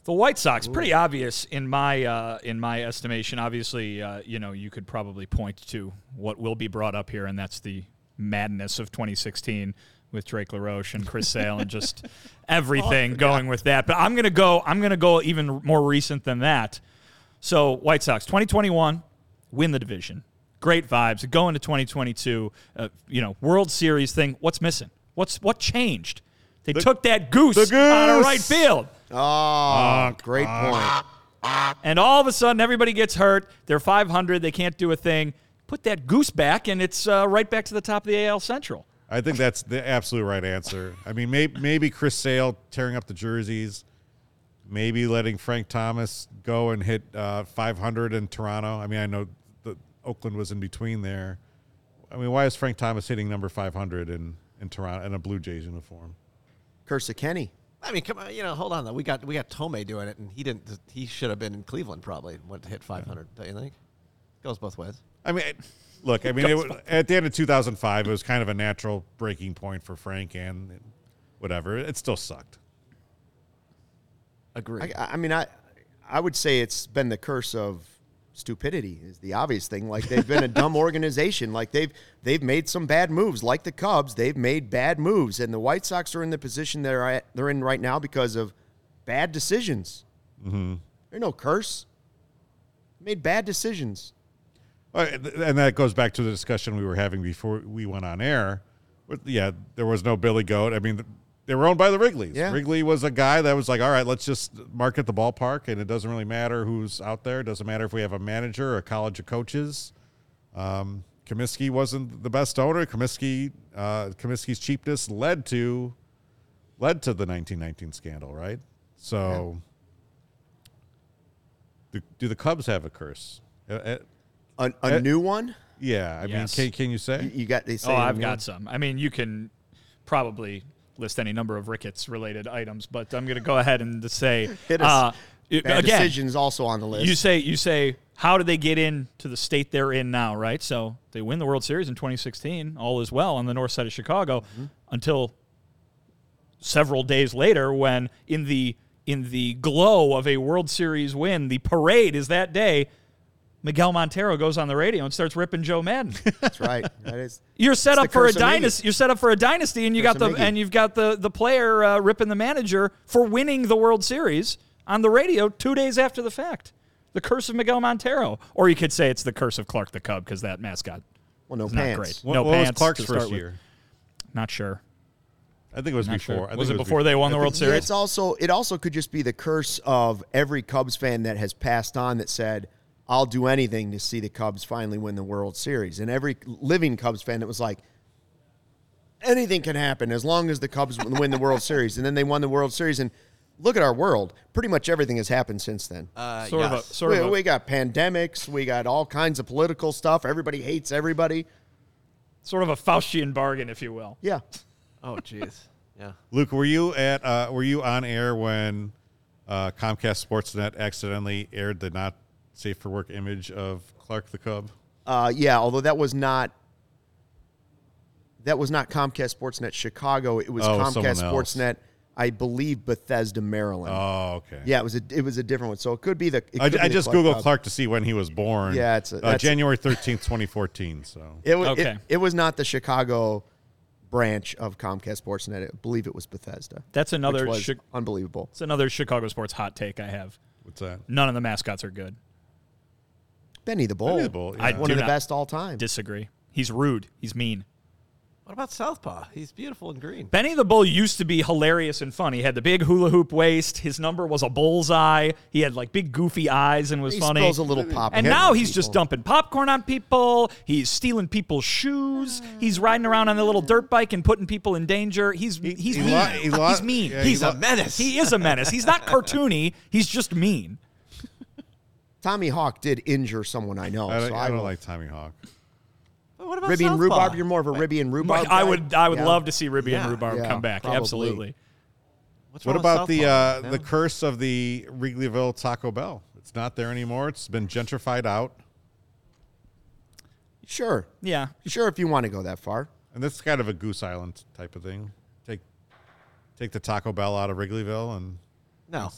[SPEAKER 2] The White Sox, pretty obvious in my uh, in my estimation. Obviously, uh, you know, you could probably point to what will be brought up here, and that's the madness of 2016 with Drake LaRoche and Chris Sale and just everything going with that. But I'm gonna go. I'm gonna go even more recent than that. So White Sox, 2021, win the division. Great vibes. Go into 2022. Uh, you know, World Series thing. What's missing? What's what changed? They took that goose,
[SPEAKER 1] the
[SPEAKER 2] out of
[SPEAKER 1] goose!
[SPEAKER 2] right field.
[SPEAKER 4] Oh, great point.
[SPEAKER 2] And all of a sudden, everybody gets hurt. They're 500. They can't do a thing. Put that goose back, and it's uh, right back to the top of the AL Central.
[SPEAKER 1] I think that's the absolute right answer. I mean, may, maybe Chris Sale tearing up the jerseys, maybe letting Frank Thomas go and hit uh, 500 in Toronto. I mean, I know the Oakland was in between there. I mean, why is Frank Thomas hitting number 500 in, in Toronto in a Blue Jays uniform?
[SPEAKER 4] Curse of Kenny.
[SPEAKER 3] I mean, come on, you know, hold on though. We got we got Tomei doing it, and he didn't. He should have been in Cleveland probably. Went to hit 500. Don't you think? Goes both ways.
[SPEAKER 1] I mean, it- look, I mean, it, was- at the end of 2005, it was kind of a natural breaking point for Frank and whatever. It still sucked.
[SPEAKER 3] Agree.
[SPEAKER 4] I, I mean, I I would say it's been the curse of stupidity is the obvious thing. Like they've been a dumb organization. Like they've they've made some bad moves. Like the Cubs, they've made bad moves, and the White Sox are in the position they're at, they're in right now because of bad decisions. Mm-hmm. There's no curse. Made bad decisions.
[SPEAKER 1] All right, th- And that goes back to the discussion we were having before we went on air. With- Yeah, there was no Billy Goat. I mean, th- they were owned by the Wrigleys.
[SPEAKER 4] Yeah.
[SPEAKER 1] Wrigley was a guy that was like, all right, let's just market the ballpark, and it doesn't really matter who's out there. It doesn't matter if we have a manager or a college of coaches. Um, Comiskey wasn't the best owner. Comiskey, uh, Comiskey's cheapness led to led to the 1919 scandal, right? So, do, do the Cubs have a curse? Uh, uh,
[SPEAKER 4] A, a
[SPEAKER 1] Eh.
[SPEAKER 4] new one.
[SPEAKER 1] yeah, I
[SPEAKER 2] Yes.
[SPEAKER 1] mean, can, can you say?
[SPEAKER 4] You, you got they say.
[SPEAKER 2] Oh,
[SPEAKER 4] a
[SPEAKER 2] I've
[SPEAKER 4] new
[SPEAKER 2] got
[SPEAKER 4] one?
[SPEAKER 2] some. I mean, you can probably list any number of rickets related items, but I'm going to go ahead and just say
[SPEAKER 4] Hit us.
[SPEAKER 2] uh, it-
[SPEAKER 4] bad
[SPEAKER 2] again.
[SPEAKER 4] decisions also on the list.
[SPEAKER 2] You say you say how do they get in to the state they're in now, right? So they win the World Series in 2016, all is well on the north side of Chicago until several days later when in the in the glow of a World Series win, the parade is that day Miguel Montero goes on the radio and starts ripping Joe Madden.
[SPEAKER 4] That's right. That is.
[SPEAKER 2] You're set
[SPEAKER 4] It's the
[SPEAKER 2] up for a
[SPEAKER 4] curse of Miggy.
[SPEAKER 2] dynasty. You're set up for a dynasty, and you
[SPEAKER 4] Curse
[SPEAKER 2] got the
[SPEAKER 4] of Miggy.
[SPEAKER 2] and you've got the the player uh, ripping the manager for winning the World Series on the radio two days after the fact. The curse of Miguel Montero, or you could say it's the curse of Clark the Cub because that mascot.
[SPEAKER 4] Well, no
[SPEAKER 2] It's not
[SPEAKER 4] pants.
[SPEAKER 2] great.
[SPEAKER 1] What,
[SPEAKER 2] No
[SPEAKER 1] what was
[SPEAKER 2] pants
[SPEAKER 1] Clark's
[SPEAKER 2] to start
[SPEAKER 1] first
[SPEAKER 2] with.
[SPEAKER 1] year?
[SPEAKER 2] Not sure.
[SPEAKER 1] I think it was
[SPEAKER 2] Not
[SPEAKER 1] before.
[SPEAKER 2] sure.
[SPEAKER 1] I think
[SPEAKER 2] Was it
[SPEAKER 1] was
[SPEAKER 2] before they won the World
[SPEAKER 4] Yeah,
[SPEAKER 2] Series?
[SPEAKER 4] it's also it also could just be the curse of every Cubs fan that has passed on that said, "I'll do anything to see the Cubs finally win the World Series," and every living Cubs fan that was like, "Anything can happen as long as the Cubs win the World Series," and then they won the World Series and. Look at our world. Pretty much everything has happened since then.
[SPEAKER 3] Uh,
[SPEAKER 2] Sort of a-
[SPEAKER 3] yes.
[SPEAKER 2] sort
[SPEAKER 4] we,
[SPEAKER 2] of a-
[SPEAKER 4] we got pandemics. We got all kinds of political stuff. Everybody hates everybody.
[SPEAKER 2] Sort of a Faustian bargain, if you will.
[SPEAKER 4] Yeah.
[SPEAKER 3] Oh, jeez. Yeah.
[SPEAKER 1] Luke, were you at? Uh, were you on air when uh, Comcast Sportsnet accidentally aired the not safe for work image of Clark the Cub?
[SPEAKER 4] Uh, yeah, although that was not that was not Comcast Sportsnet Chicago. It was
[SPEAKER 1] Oh, it was
[SPEAKER 4] Comcast
[SPEAKER 1] someone else.
[SPEAKER 4] Sportsnet, I believe Bethesda, Maryland.
[SPEAKER 1] Oh, okay.
[SPEAKER 4] yeah, it was a it was a different one. So it could be the. It
[SPEAKER 1] I,
[SPEAKER 4] could
[SPEAKER 1] I
[SPEAKER 4] be the
[SPEAKER 1] just googled
[SPEAKER 4] Cub.
[SPEAKER 1] Clark to see when he was born.
[SPEAKER 4] Yeah, it's a-
[SPEAKER 1] uh,
[SPEAKER 4] that's a-
[SPEAKER 1] January thirteenth, twenty fourteen. So
[SPEAKER 4] It, wa-
[SPEAKER 2] Okay.
[SPEAKER 4] it, it was not the Chicago branch of Comcast Sportsnet. I believe it was Bethesda.
[SPEAKER 2] That's another
[SPEAKER 4] which was
[SPEAKER 2] Chi-
[SPEAKER 4] unbelievable.
[SPEAKER 2] It's another Chicago sports hot take I have.
[SPEAKER 1] what's that?
[SPEAKER 2] None of the mascots are good.
[SPEAKER 4] Benny the Bull,
[SPEAKER 1] Benny the Bull,
[SPEAKER 2] I
[SPEAKER 1] yeah.
[SPEAKER 4] one
[SPEAKER 2] do
[SPEAKER 4] of the
[SPEAKER 2] not
[SPEAKER 4] best all time.
[SPEAKER 2] Disagree. He's rude. He's mean.
[SPEAKER 3] What about Southpaw? He's beautiful and green.
[SPEAKER 2] Benny the Bull used to be hilarious and fun. He had the big hula hoop waist. His number was a bullseye. He had like big goofy eyes and was
[SPEAKER 4] he
[SPEAKER 2] funny.
[SPEAKER 4] spills a little pop.
[SPEAKER 2] and
[SPEAKER 4] Hitler
[SPEAKER 2] now he's
[SPEAKER 4] people.
[SPEAKER 2] just dumping popcorn on people. He's stealing people's shoes. He's riding around on a little dirt bike and putting people in danger. He's he's
[SPEAKER 1] he
[SPEAKER 2] mean.
[SPEAKER 1] lo- he lo-
[SPEAKER 2] he's mean.
[SPEAKER 1] yeah, he
[SPEAKER 2] he's
[SPEAKER 1] lo-
[SPEAKER 2] a menace. He is a menace. He's not cartoony. He's just mean.
[SPEAKER 4] Tommy Hawk did injure someone I know.
[SPEAKER 1] I don't,
[SPEAKER 4] so
[SPEAKER 1] I
[SPEAKER 4] I
[SPEAKER 1] don't
[SPEAKER 4] will-
[SPEAKER 1] like Tommy Hawk.
[SPEAKER 3] But what about
[SPEAKER 4] Ribby and
[SPEAKER 3] Southpaw?
[SPEAKER 4] rhubarb. You're more of a ribby and
[SPEAKER 2] I
[SPEAKER 4] rhubarb. guy?
[SPEAKER 2] would I would
[SPEAKER 4] Yeah.
[SPEAKER 2] love to see Ribby and
[SPEAKER 3] Yeah.
[SPEAKER 2] Rhubarb
[SPEAKER 4] Yeah,
[SPEAKER 2] come back.
[SPEAKER 4] probably.
[SPEAKER 2] Absolutely.
[SPEAKER 3] What's
[SPEAKER 1] What
[SPEAKER 3] wrong with
[SPEAKER 1] about the
[SPEAKER 3] Southpaw?
[SPEAKER 1] uh,
[SPEAKER 3] No?
[SPEAKER 1] the curse of the Wrigleyville Taco Bell? It's not there anymore. It's been gentrified out,
[SPEAKER 4] Sure.
[SPEAKER 2] Yeah.
[SPEAKER 4] Sure, if you want to go that far.
[SPEAKER 1] and this is kind of a Goose Island type of thing. Take take the Taco Bell out of Wrigleyville, and
[SPEAKER 3] No.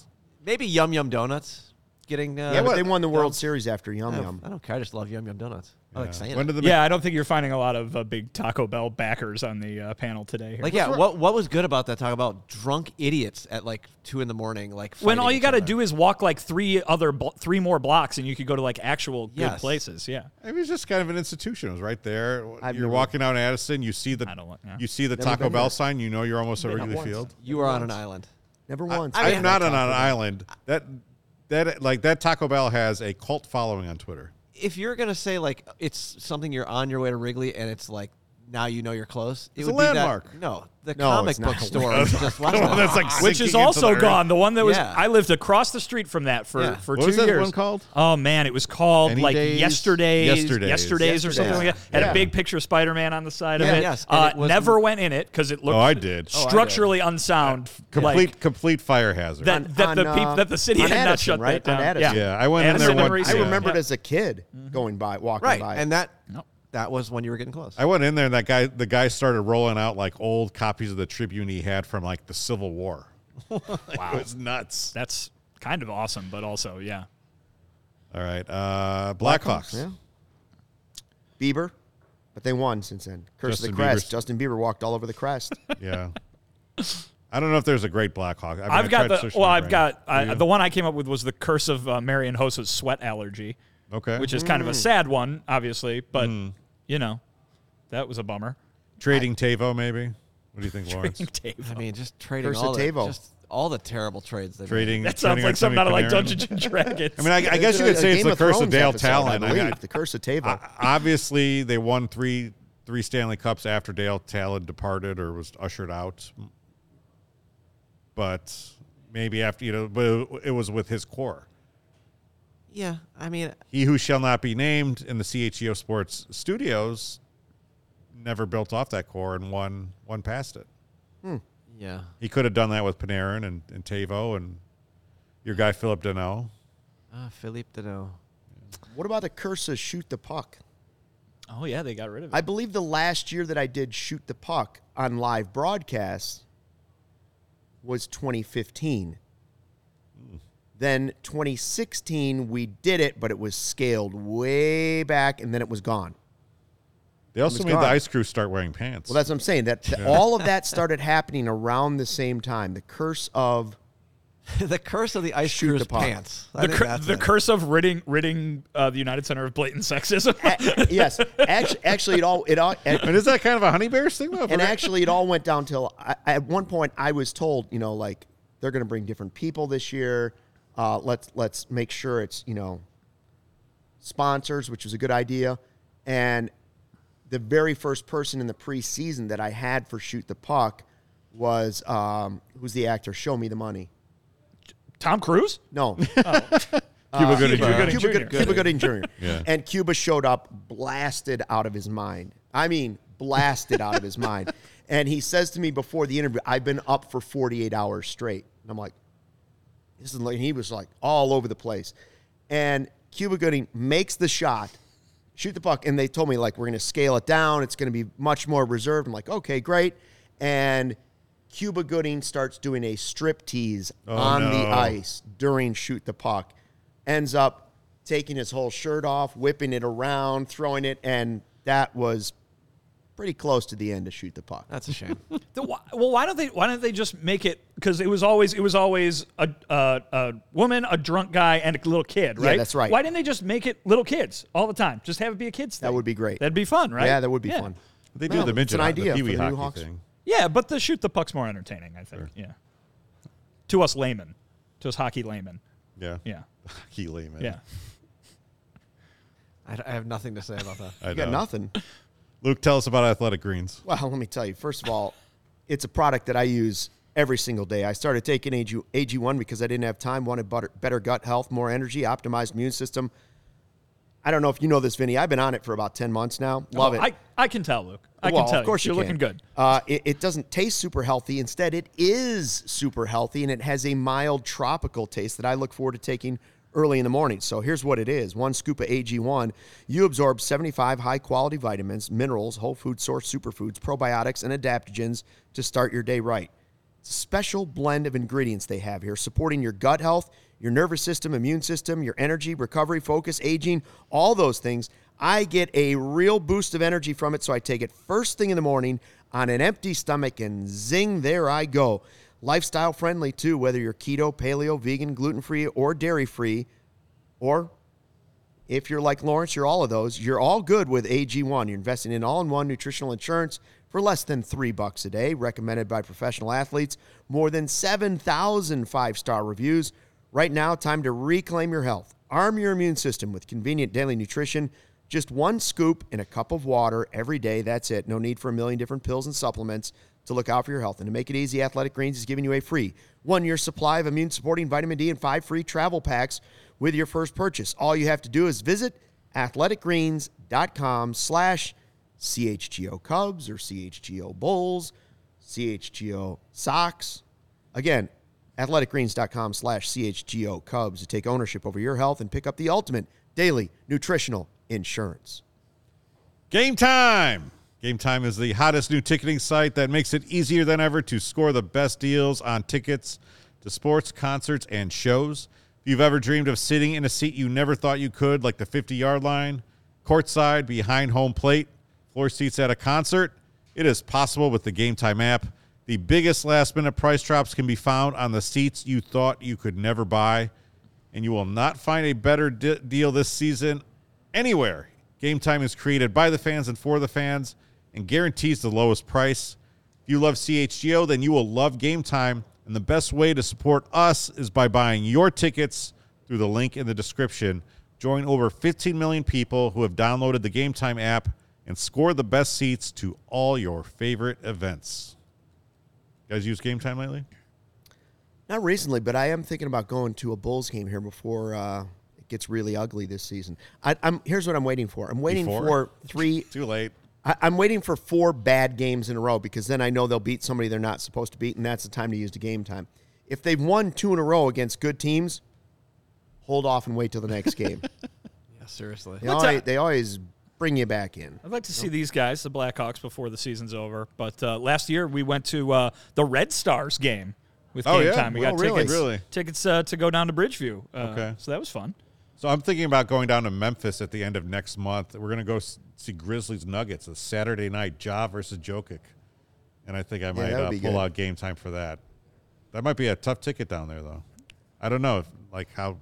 [SPEAKER 3] Maybe Yum Yum Donuts getting. Uh,
[SPEAKER 4] Yeah, but they won the World
[SPEAKER 3] Yum.
[SPEAKER 4] Series after Yum
[SPEAKER 3] I don't-
[SPEAKER 1] Uh,
[SPEAKER 4] Yum.
[SPEAKER 3] I don't care. I just love Yum Yum Donuts.
[SPEAKER 4] Oh,
[SPEAKER 3] I like
[SPEAKER 1] Yeah.
[SPEAKER 3] saying
[SPEAKER 1] when
[SPEAKER 3] it.
[SPEAKER 1] did the
[SPEAKER 2] Yeah, I don't think you're finding a lot of uh, big Taco Bell backers on the uh, panel today. Here.
[SPEAKER 3] Like, yeah, what, what was good about that? Talk about drunk idiots at like two in the morning, like
[SPEAKER 2] when all
[SPEAKER 3] fighting
[SPEAKER 2] you
[SPEAKER 3] each
[SPEAKER 2] got to
[SPEAKER 3] other.
[SPEAKER 2] do is walk like three other blo- three more blocks and you could go to like actual good
[SPEAKER 3] Yes.
[SPEAKER 2] places yeah
[SPEAKER 1] It was just kind of an institution. It was right there.
[SPEAKER 4] I've
[SPEAKER 1] you're
[SPEAKER 4] never-
[SPEAKER 1] walking down Addison. You see the
[SPEAKER 2] I don't want- yeah.
[SPEAKER 1] you see the
[SPEAKER 4] Never
[SPEAKER 1] Taco
[SPEAKER 4] been
[SPEAKER 1] Bell
[SPEAKER 4] there.
[SPEAKER 1] sign. You know you're almost at
[SPEAKER 4] Been
[SPEAKER 1] Wrigley
[SPEAKER 4] once.
[SPEAKER 1] Field.
[SPEAKER 3] You are on an island.
[SPEAKER 4] Never once.
[SPEAKER 1] I, am not on an island. That that like that Taco Bell has a cult following on Twitter.
[SPEAKER 3] If you're gonna say like it's something you're on your way to Wrigley and it's like now you know you're close, it
[SPEAKER 1] It's a
[SPEAKER 3] would be that-
[SPEAKER 1] landmark.
[SPEAKER 3] no, the
[SPEAKER 4] No,
[SPEAKER 3] comic
[SPEAKER 4] it's not.
[SPEAKER 3] book store is just left
[SPEAKER 1] Well,
[SPEAKER 3] out.
[SPEAKER 1] that's like
[SPEAKER 2] which
[SPEAKER 1] sinking
[SPEAKER 2] is
[SPEAKER 1] into
[SPEAKER 2] also
[SPEAKER 1] the earth.
[SPEAKER 2] gone the one that was
[SPEAKER 3] Yeah.
[SPEAKER 2] i lived across the street from that for
[SPEAKER 3] Yeah.
[SPEAKER 2] for
[SPEAKER 1] What
[SPEAKER 2] two
[SPEAKER 1] was that
[SPEAKER 2] years
[SPEAKER 1] one called?
[SPEAKER 2] oh man it was called
[SPEAKER 1] Any
[SPEAKER 2] like
[SPEAKER 1] Days?
[SPEAKER 2] yesterdays,
[SPEAKER 1] Yesterdays.
[SPEAKER 2] Yesterdays or something like that had
[SPEAKER 4] Yeah.
[SPEAKER 2] a big picture of spider-man on the side of
[SPEAKER 3] Yeah,
[SPEAKER 2] it,
[SPEAKER 3] yes, and
[SPEAKER 2] uh,
[SPEAKER 3] it was-
[SPEAKER 2] never went in it because it looked
[SPEAKER 1] Oh, I did. Oh, I did.
[SPEAKER 2] structurally unsound like,
[SPEAKER 1] Complete complete fire hazard.
[SPEAKER 2] that,
[SPEAKER 4] On-
[SPEAKER 2] that the
[SPEAKER 4] on,
[SPEAKER 2] peop-
[SPEAKER 4] uh,
[SPEAKER 2] that the city
[SPEAKER 4] on
[SPEAKER 2] had not
[SPEAKER 4] Addison,
[SPEAKER 2] shut
[SPEAKER 4] right?
[SPEAKER 2] that
[SPEAKER 4] On
[SPEAKER 2] down
[SPEAKER 4] Addison.
[SPEAKER 1] yeah, I went in there
[SPEAKER 2] Addison and
[SPEAKER 1] one.
[SPEAKER 2] Reese.
[SPEAKER 4] I
[SPEAKER 1] yeah.
[SPEAKER 4] remember it
[SPEAKER 2] Yeah. Mm-hmm.
[SPEAKER 4] as a kid going by, walking
[SPEAKER 3] right,
[SPEAKER 4] by.
[SPEAKER 3] and that
[SPEAKER 2] Nope.
[SPEAKER 3] that was when you were getting close.
[SPEAKER 1] I went in there and that guy the guy started rolling out like old copies of the Tribune he had from like the Civil War. wow, it was nuts.
[SPEAKER 2] that's kind of awesome but also yeah
[SPEAKER 1] All right, uh, Blackhawks.
[SPEAKER 4] yeah. Bieber, but they won since then. Curse
[SPEAKER 1] Justin
[SPEAKER 4] of the Crest.
[SPEAKER 1] Bieber's-
[SPEAKER 4] Justin Bieber walked all over the crest.
[SPEAKER 1] Yeah. I don't know if there's a great Blackhawk. I mean, I
[SPEAKER 2] I've got
[SPEAKER 1] tried
[SPEAKER 2] the
[SPEAKER 1] searching
[SPEAKER 2] well.
[SPEAKER 1] my
[SPEAKER 2] I've
[SPEAKER 1] brain.
[SPEAKER 2] got
[SPEAKER 1] Do
[SPEAKER 2] I,
[SPEAKER 1] you?
[SPEAKER 2] the one I came up with was the curse of uh, Marion Hosa's sweat allergy,
[SPEAKER 1] okay, Mm.
[SPEAKER 2] which is kind of a sad one, obviously. But you know, that was a bummer.
[SPEAKER 1] trading Tavo maybe. What do you think, Lawrence?
[SPEAKER 3] I mean, just trading
[SPEAKER 4] Curse
[SPEAKER 3] all
[SPEAKER 4] of
[SPEAKER 3] the,
[SPEAKER 4] Tavo.
[SPEAKER 3] just all the terrible trades they made.
[SPEAKER 1] Trading.
[SPEAKER 2] that sounds
[SPEAKER 1] trading
[SPEAKER 2] like something out of like
[SPEAKER 1] Artemi
[SPEAKER 2] Dungeons
[SPEAKER 1] Panarin?
[SPEAKER 2] and Dragons.
[SPEAKER 1] I mean, I, I guess you
[SPEAKER 4] A-
[SPEAKER 1] could
[SPEAKER 4] a
[SPEAKER 1] say it's
[SPEAKER 4] Game
[SPEAKER 1] the
[SPEAKER 4] of
[SPEAKER 1] curse of
[SPEAKER 4] Thrones
[SPEAKER 1] Dale
[SPEAKER 4] episode,
[SPEAKER 1] Talon.
[SPEAKER 4] I
[SPEAKER 1] I
[SPEAKER 4] believe.
[SPEAKER 1] mean,
[SPEAKER 4] the curse of Tavo.
[SPEAKER 1] I- obviously, they won three three Stanley Cups after Dale Talon departed or was ushered out. But maybe after you know, but it- it was with his core.
[SPEAKER 3] Yeah, I mean,
[SPEAKER 1] He who shall not be named in the CHEO Sports Studios never built off that core and won one past it.
[SPEAKER 3] yeah.
[SPEAKER 1] He could have done that with Panarin and, and Tavo and your guy Philip Deneau.
[SPEAKER 3] Uh, Philippe Deneau.
[SPEAKER 4] what about the curse of shoot the puck?
[SPEAKER 2] oh yeah, they got rid of it.
[SPEAKER 4] I believe the last year that I did shoot the puck on live broadcast was 2015. Then 2016, we did it, but it was scaled way back, and then it was gone.
[SPEAKER 1] They also
[SPEAKER 4] was
[SPEAKER 1] made the
[SPEAKER 4] gone.
[SPEAKER 1] ice crew start wearing pants.
[SPEAKER 4] Well, that's what I'm saying. That that all of that started happening around the same time. The curse of
[SPEAKER 3] the curse of the ice
[SPEAKER 4] Shoot
[SPEAKER 3] crew's
[SPEAKER 4] the pot.
[SPEAKER 3] pants. I
[SPEAKER 2] The,
[SPEAKER 3] think
[SPEAKER 2] cur-
[SPEAKER 3] that's
[SPEAKER 2] the
[SPEAKER 3] it.
[SPEAKER 2] curse of ridding ridding uh, the United Center of blatant sexism.
[SPEAKER 1] Eh.
[SPEAKER 4] a- eh, yes, actually, actually, it all it all
[SPEAKER 1] and is that kind of a honey bears thing though?
[SPEAKER 4] and actually it all went down till I, at one point I was told, you know, like they're going to bring different people this year. Uh, let's let's make sure it's you know sponsors, which was a good idea. And the very first person in the preseason that I had for shoot the puck was um, who's the actor? Show me the money.
[SPEAKER 2] Tom Cruise.
[SPEAKER 4] No,
[SPEAKER 1] Cuba Gooding Jr.
[SPEAKER 2] Cuba Gooding.
[SPEAKER 4] Cuba,
[SPEAKER 2] Jr.
[SPEAKER 4] Good, Cuba Gooding Jr.
[SPEAKER 1] Yeah.
[SPEAKER 4] And Cuba showed up blasted out of his mind. I mean, blasted out of his mind. And he says to me before the interview, I've been up for 48 hours straight. And I'm like, this is like, he was like all over the place. And Cuba Gooding makes the shot, shoot the puck. And they told me, like, we're going to scale it down. It's going to be much more reserved. I'm like, okay, great. And Cuba Gooding starts doing a strip tease on the
[SPEAKER 1] Oh, no.
[SPEAKER 4] ice during shoot the puck. Ends up taking his whole shirt off, whipping it around, throwing it. And that was pretty close to the end of shoot the puck.
[SPEAKER 3] That's a shame.
[SPEAKER 2] The, why, well, why don't they? Why don't they just make it? Because it was always it was always a, a a woman, a drunk guy, and a little kid,
[SPEAKER 4] Yeah,
[SPEAKER 2] right?
[SPEAKER 4] that's right.
[SPEAKER 2] Why didn't they just make it little kids all the time? Just have it be a kids thing.
[SPEAKER 4] That would be great.
[SPEAKER 2] That'd be fun, right?
[SPEAKER 4] Yeah, that would be fun.
[SPEAKER 1] They do
[SPEAKER 4] No,
[SPEAKER 1] the
[SPEAKER 4] it's
[SPEAKER 1] midget
[SPEAKER 4] an
[SPEAKER 1] hockey,
[SPEAKER 4] idea
[SPEAKER 1] the
[SPEAKER 4] for
[SPEAKER 1] peewee
[SPEAKER 4] the new
[SPEAKER 1] hockey
[SPEAKER 4] Hawks.
[SPEAKER 1] thing.
[SPEAKER 2] Yeah, but the shoot the puck's more entertaining, I think. Yeah. To us laymen, to us hockey laymen.
[SPEAKER 1] Yeah.
[SPEAKER 2] Yeah,
[SPEAKER 1] Hockey layman.
[SPEAKER 2] yeah.
[SPEAKER 3] I, I have nothing to say about that.
[SPEAKER 1] I
[SPEAKER 4] You got
[SPEAKER 1] know.
[SPEAKER 4] nothing.
[SPEAKER 1] Luke, tell us about athletic greens.
[SPEAKER 4] Well, let me tell you. First of all, it's a product that I use every single day. I started taking AG, AG1 because I didn't have time, wanted butter, better gut health, more energy, optimized immune system. I don't know if you know this, Vinny. I've been on it for about 10 months now. Love it.
[SPEAKER 2] Oh, I, I can tell, Luke. I
[SPEAKER 4] Well,
[SPEAKER 2] can tell.
[SPEAKER 4] Of course,
[SPEAKER 2] you.
[SPEAKER 4] you
[SPEAKER 2] are
[SPEAKER 4] can.
[SPEAKER 2] looking good.
[SPEAKER 4] Uh, it, it doesn't taste super healthy. Instead, it is super healthy, and it has a mild tropical taste that I look forward to taking early in the morning. So here's what it is: one scoop of AG1. You absorb 75 high-quality vitamins, minerals, whole food source superfoods, probiotics, and adaptogens to start your day right. It's a special blend of ingredients they have here, supporting your gut health, your nervous system, immune system, your energy, recovery, focus, aging, all those things. I get a real boost of energy from it, so I take it first thing in the morning on an empty stomach, and zing, there I go. Lifestyle friendly too, whether you're keto, paleo, vegan, gluten free, or dairy free, or if you're like Lawrence, you're all of those. You're all good with AG1. You're investing in all-in-one nutritional insurance for less than three bucks a day, recommended by professional athletes. More than 7,000 five-star reviews. Right now, time to reclaim your health. Arm your immune system with convenient daily nutrition. Just one scoop in a cup of water every day. That's it. No need for a million different pills and supplements to look out for your health. And to make it easy, Athletic Greens is giving you a free one year supply of immune supporting vitamin D and five free travel packs with your first purchase. All you have to do is visit athleticgreens.com slash CHGO Cubs or CHGO Bulls, CHGO Sox. Again, athleticgreens.com slash CHGO Cubs to take ownership over your health and pick up the ultimate daily nutritional insurance.
[SPEAKER 1] Game time! Game time is the hottest new ticketing site that makes it easier than ever to score the best deals on tickets to sports, concerts, and shows. If you've ever dreamed of sitting in a seat you never thought you could, like the 50 yard line, courtside, behind home plate, floor seats at a concert, it is possible with the Game Time app. The biggest last minute price drops can be found on the seats you thought you could never buy and you will not find a better de- deal this season anywhere. Game time is created by the fans and for the fans and guarantees the lowest price. If you love CHGO, then you will love game time. And the best way to support us is by buying your tickets through the link in the description. Join over 15 million people who have downloaded the Game Time app and score the best seats to all your favorite events. You guys use Game Time lately?
[SPEAKER 4] Not recently, but I am thinking about going to a Bulls game here before uh, it gets really ugly this season. I, I'm here's what I'm waiting for. I'm waiting
[SPEAKER 1] Before?
[SPEAKER 4] for three.
[SPEAKER 1] Too late.
[SPEAKER 4] I, I'm waiting for four bad games in a row because then I know they'll beat somebody they're not supposed to beat, and that's the time to use the game time. If they've won two in a row against good teams, hold off and wait till the next game.
[SPEAKER 3] Yeah, seriously.
[SPEAKER 4] they, always, they always bring you back in.
[SPEAKER 2] I'd like to see these guys, the Blackhawks, before the season's over. But uh, last year we went to uh, the Red Stars game with
[SPEAKER 1] Oh,
[SPEAKER 2] game
[SPEAKER 1] yeah?
[SPEAKER 2] time. We
[SPEAKER 1] Oh,
[SPEAKER 2] got
[SPEAKER 1] really?
[SPEAKER 2] tickets,
[SPEAKER 1] Really?
[SPEAKER 2] tickets uh, to go down to Bridgeview. Uh,
[SPEAKER 1] Okay.
[SPEAKER 2] so that was fun.
[SPEAKER 1] So I'm thinking about going down to Memphis at the end of next month. We're gonna go s- see Grizzlies Nuggets a Saturday night, Ja versus Jokic, and I think I might
[SPEAKER 4] that would
[SPEAKER 1] uh,
[SPEAKER 4] be
[SPEAKER 1] pull
[SPEAKER 4] good.
[SPEAKER 1] out game time for that. That might be a tough ticket down there though. I don't know if like how.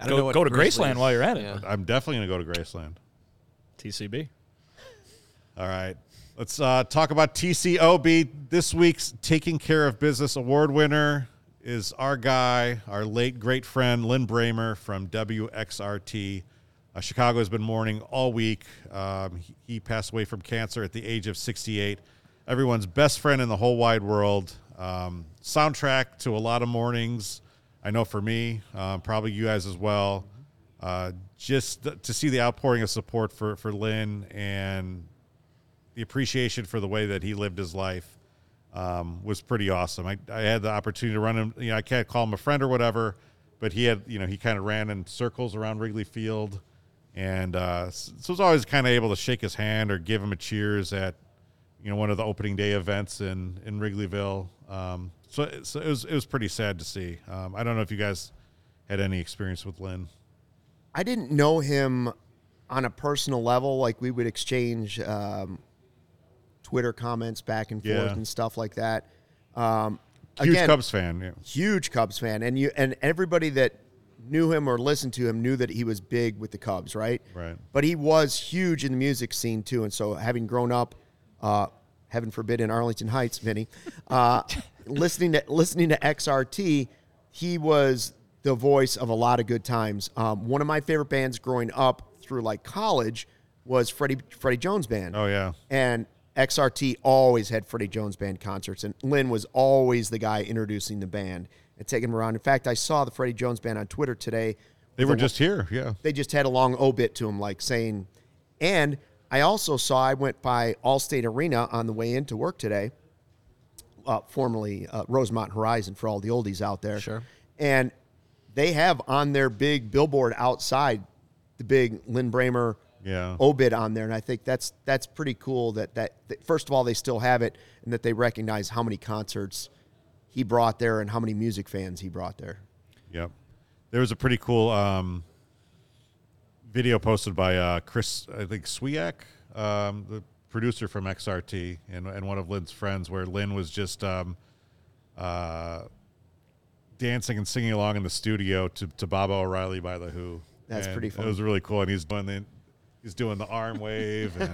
[SPEAKER 3] I
[SPEAKER 2] Go,
[SPEAKER 3] what
[SPEAKER 2] go to
[SPEAKER 3] Grizzlies-
[SPEAKER 2] Graceland while you're at it.
[SPEAKER 3] Yeah.
[SPEAKER 1] I'm definitely gonna go to Graceland.
[SPEAKER 2] TCB.
[SPEAKER 1] All right. Let's uh, talk about TCOB. This week's Taking Care of Business Award winner is our guy, our late great friend, Lynn Bramer from WXRT. Uh, Chicago has been mourning all week. Um, he, he passed away from cancer at the age of 68. Everyone's best friend in the whole wide world. Um, soundtrack to a lot of mornings. I know for me, um, probably you guys as well. Uh, just th- to see the outpouring of support for, for Lynn and the appreciation for the way that he lived his life um, was pretty awesome. I, I had the opportunity to run him. You know, I can't call him a friend or whatever, but he had, you know, he kind of ran in circles around Wrigley Field, and uh, s- so was always kind of able to shake his hand or give him a cheers at, you know, one of the opening day events in in Wrigleyville. Um, so, so it was it was pretty sad to see. Um, I don't know if you guys had any experience with Lynn.
[SPEAKER 4] I didn't know him on a personal level. Like we would exchange um, Twitter comments back and forth
[SPEAKER 1] Yeah.
[SPEAKER 4] and stuff like that. Um,
[SPEAKER 1] Huge
[SPEAKER 4] again,
[SPEAKER 1] Cubs fan. Yeah.
[SPEAKER 4] huge Cubs fan, and you and everybody that knew him or listened to him knew that he was big with the Cubs, right?
[SPEAKER 1] Right.
[SPEAKER 4] But he was huge in the music scene too, and so having grown up, uh, heaven forbid, in Arlington Heights, Vinny, uh, listening to listening to XRT, he was the voice of a lot of good times. Um, one of my favorite bands growing up through like college was Freddie Freddie Jones Band.
[SPEAKER 1] Oh yeah.
[SPEAKER 4] And XRT always had Freddie Jones Band concerts, and Lynn was always the guy introducing the band and taking them around. In fact, I saw the Freddie Jones Band on Twitter today.
[SPEAKER 1] They were just here. Yeah.
[SPEAKER 4] They just had a long obit to him, like saying, and I also saw I went by Allstate Arena on the way into work today, uh, formerly uh, Rosemont Horizon for all the oldies out there.
[SPEAKER 3] Sure.
[SPEAKER 4] And they have on their big billboard outside the big Lynn Bramer
[SPEAKER 1] Yeah.
[SPEAKER 4] obit on there, and I think that's that's pretty cool. That, that that first of all they still have it, and that they recognize how many concerts he brought there and how many music fans he brought there.
[SPEAKER 1] Yep. There was a pretty cool um, video posted by uh, Chris, I think Swiak, um, the producer from XRT, and, and one of Lynn's friends, where Lynn was just um, uh, dancing and singing along in the studio to, to Bob O'Reilly by The Who.
[SPEAKER 4] That's
[SPEAKER 1] And
[SPEAKER 4] pretty
[SPEAKER 1] It
[SPEAKER 4] fun.
[SPEAKER 1] was really cool, and he's doing the, he's doing the arm wave.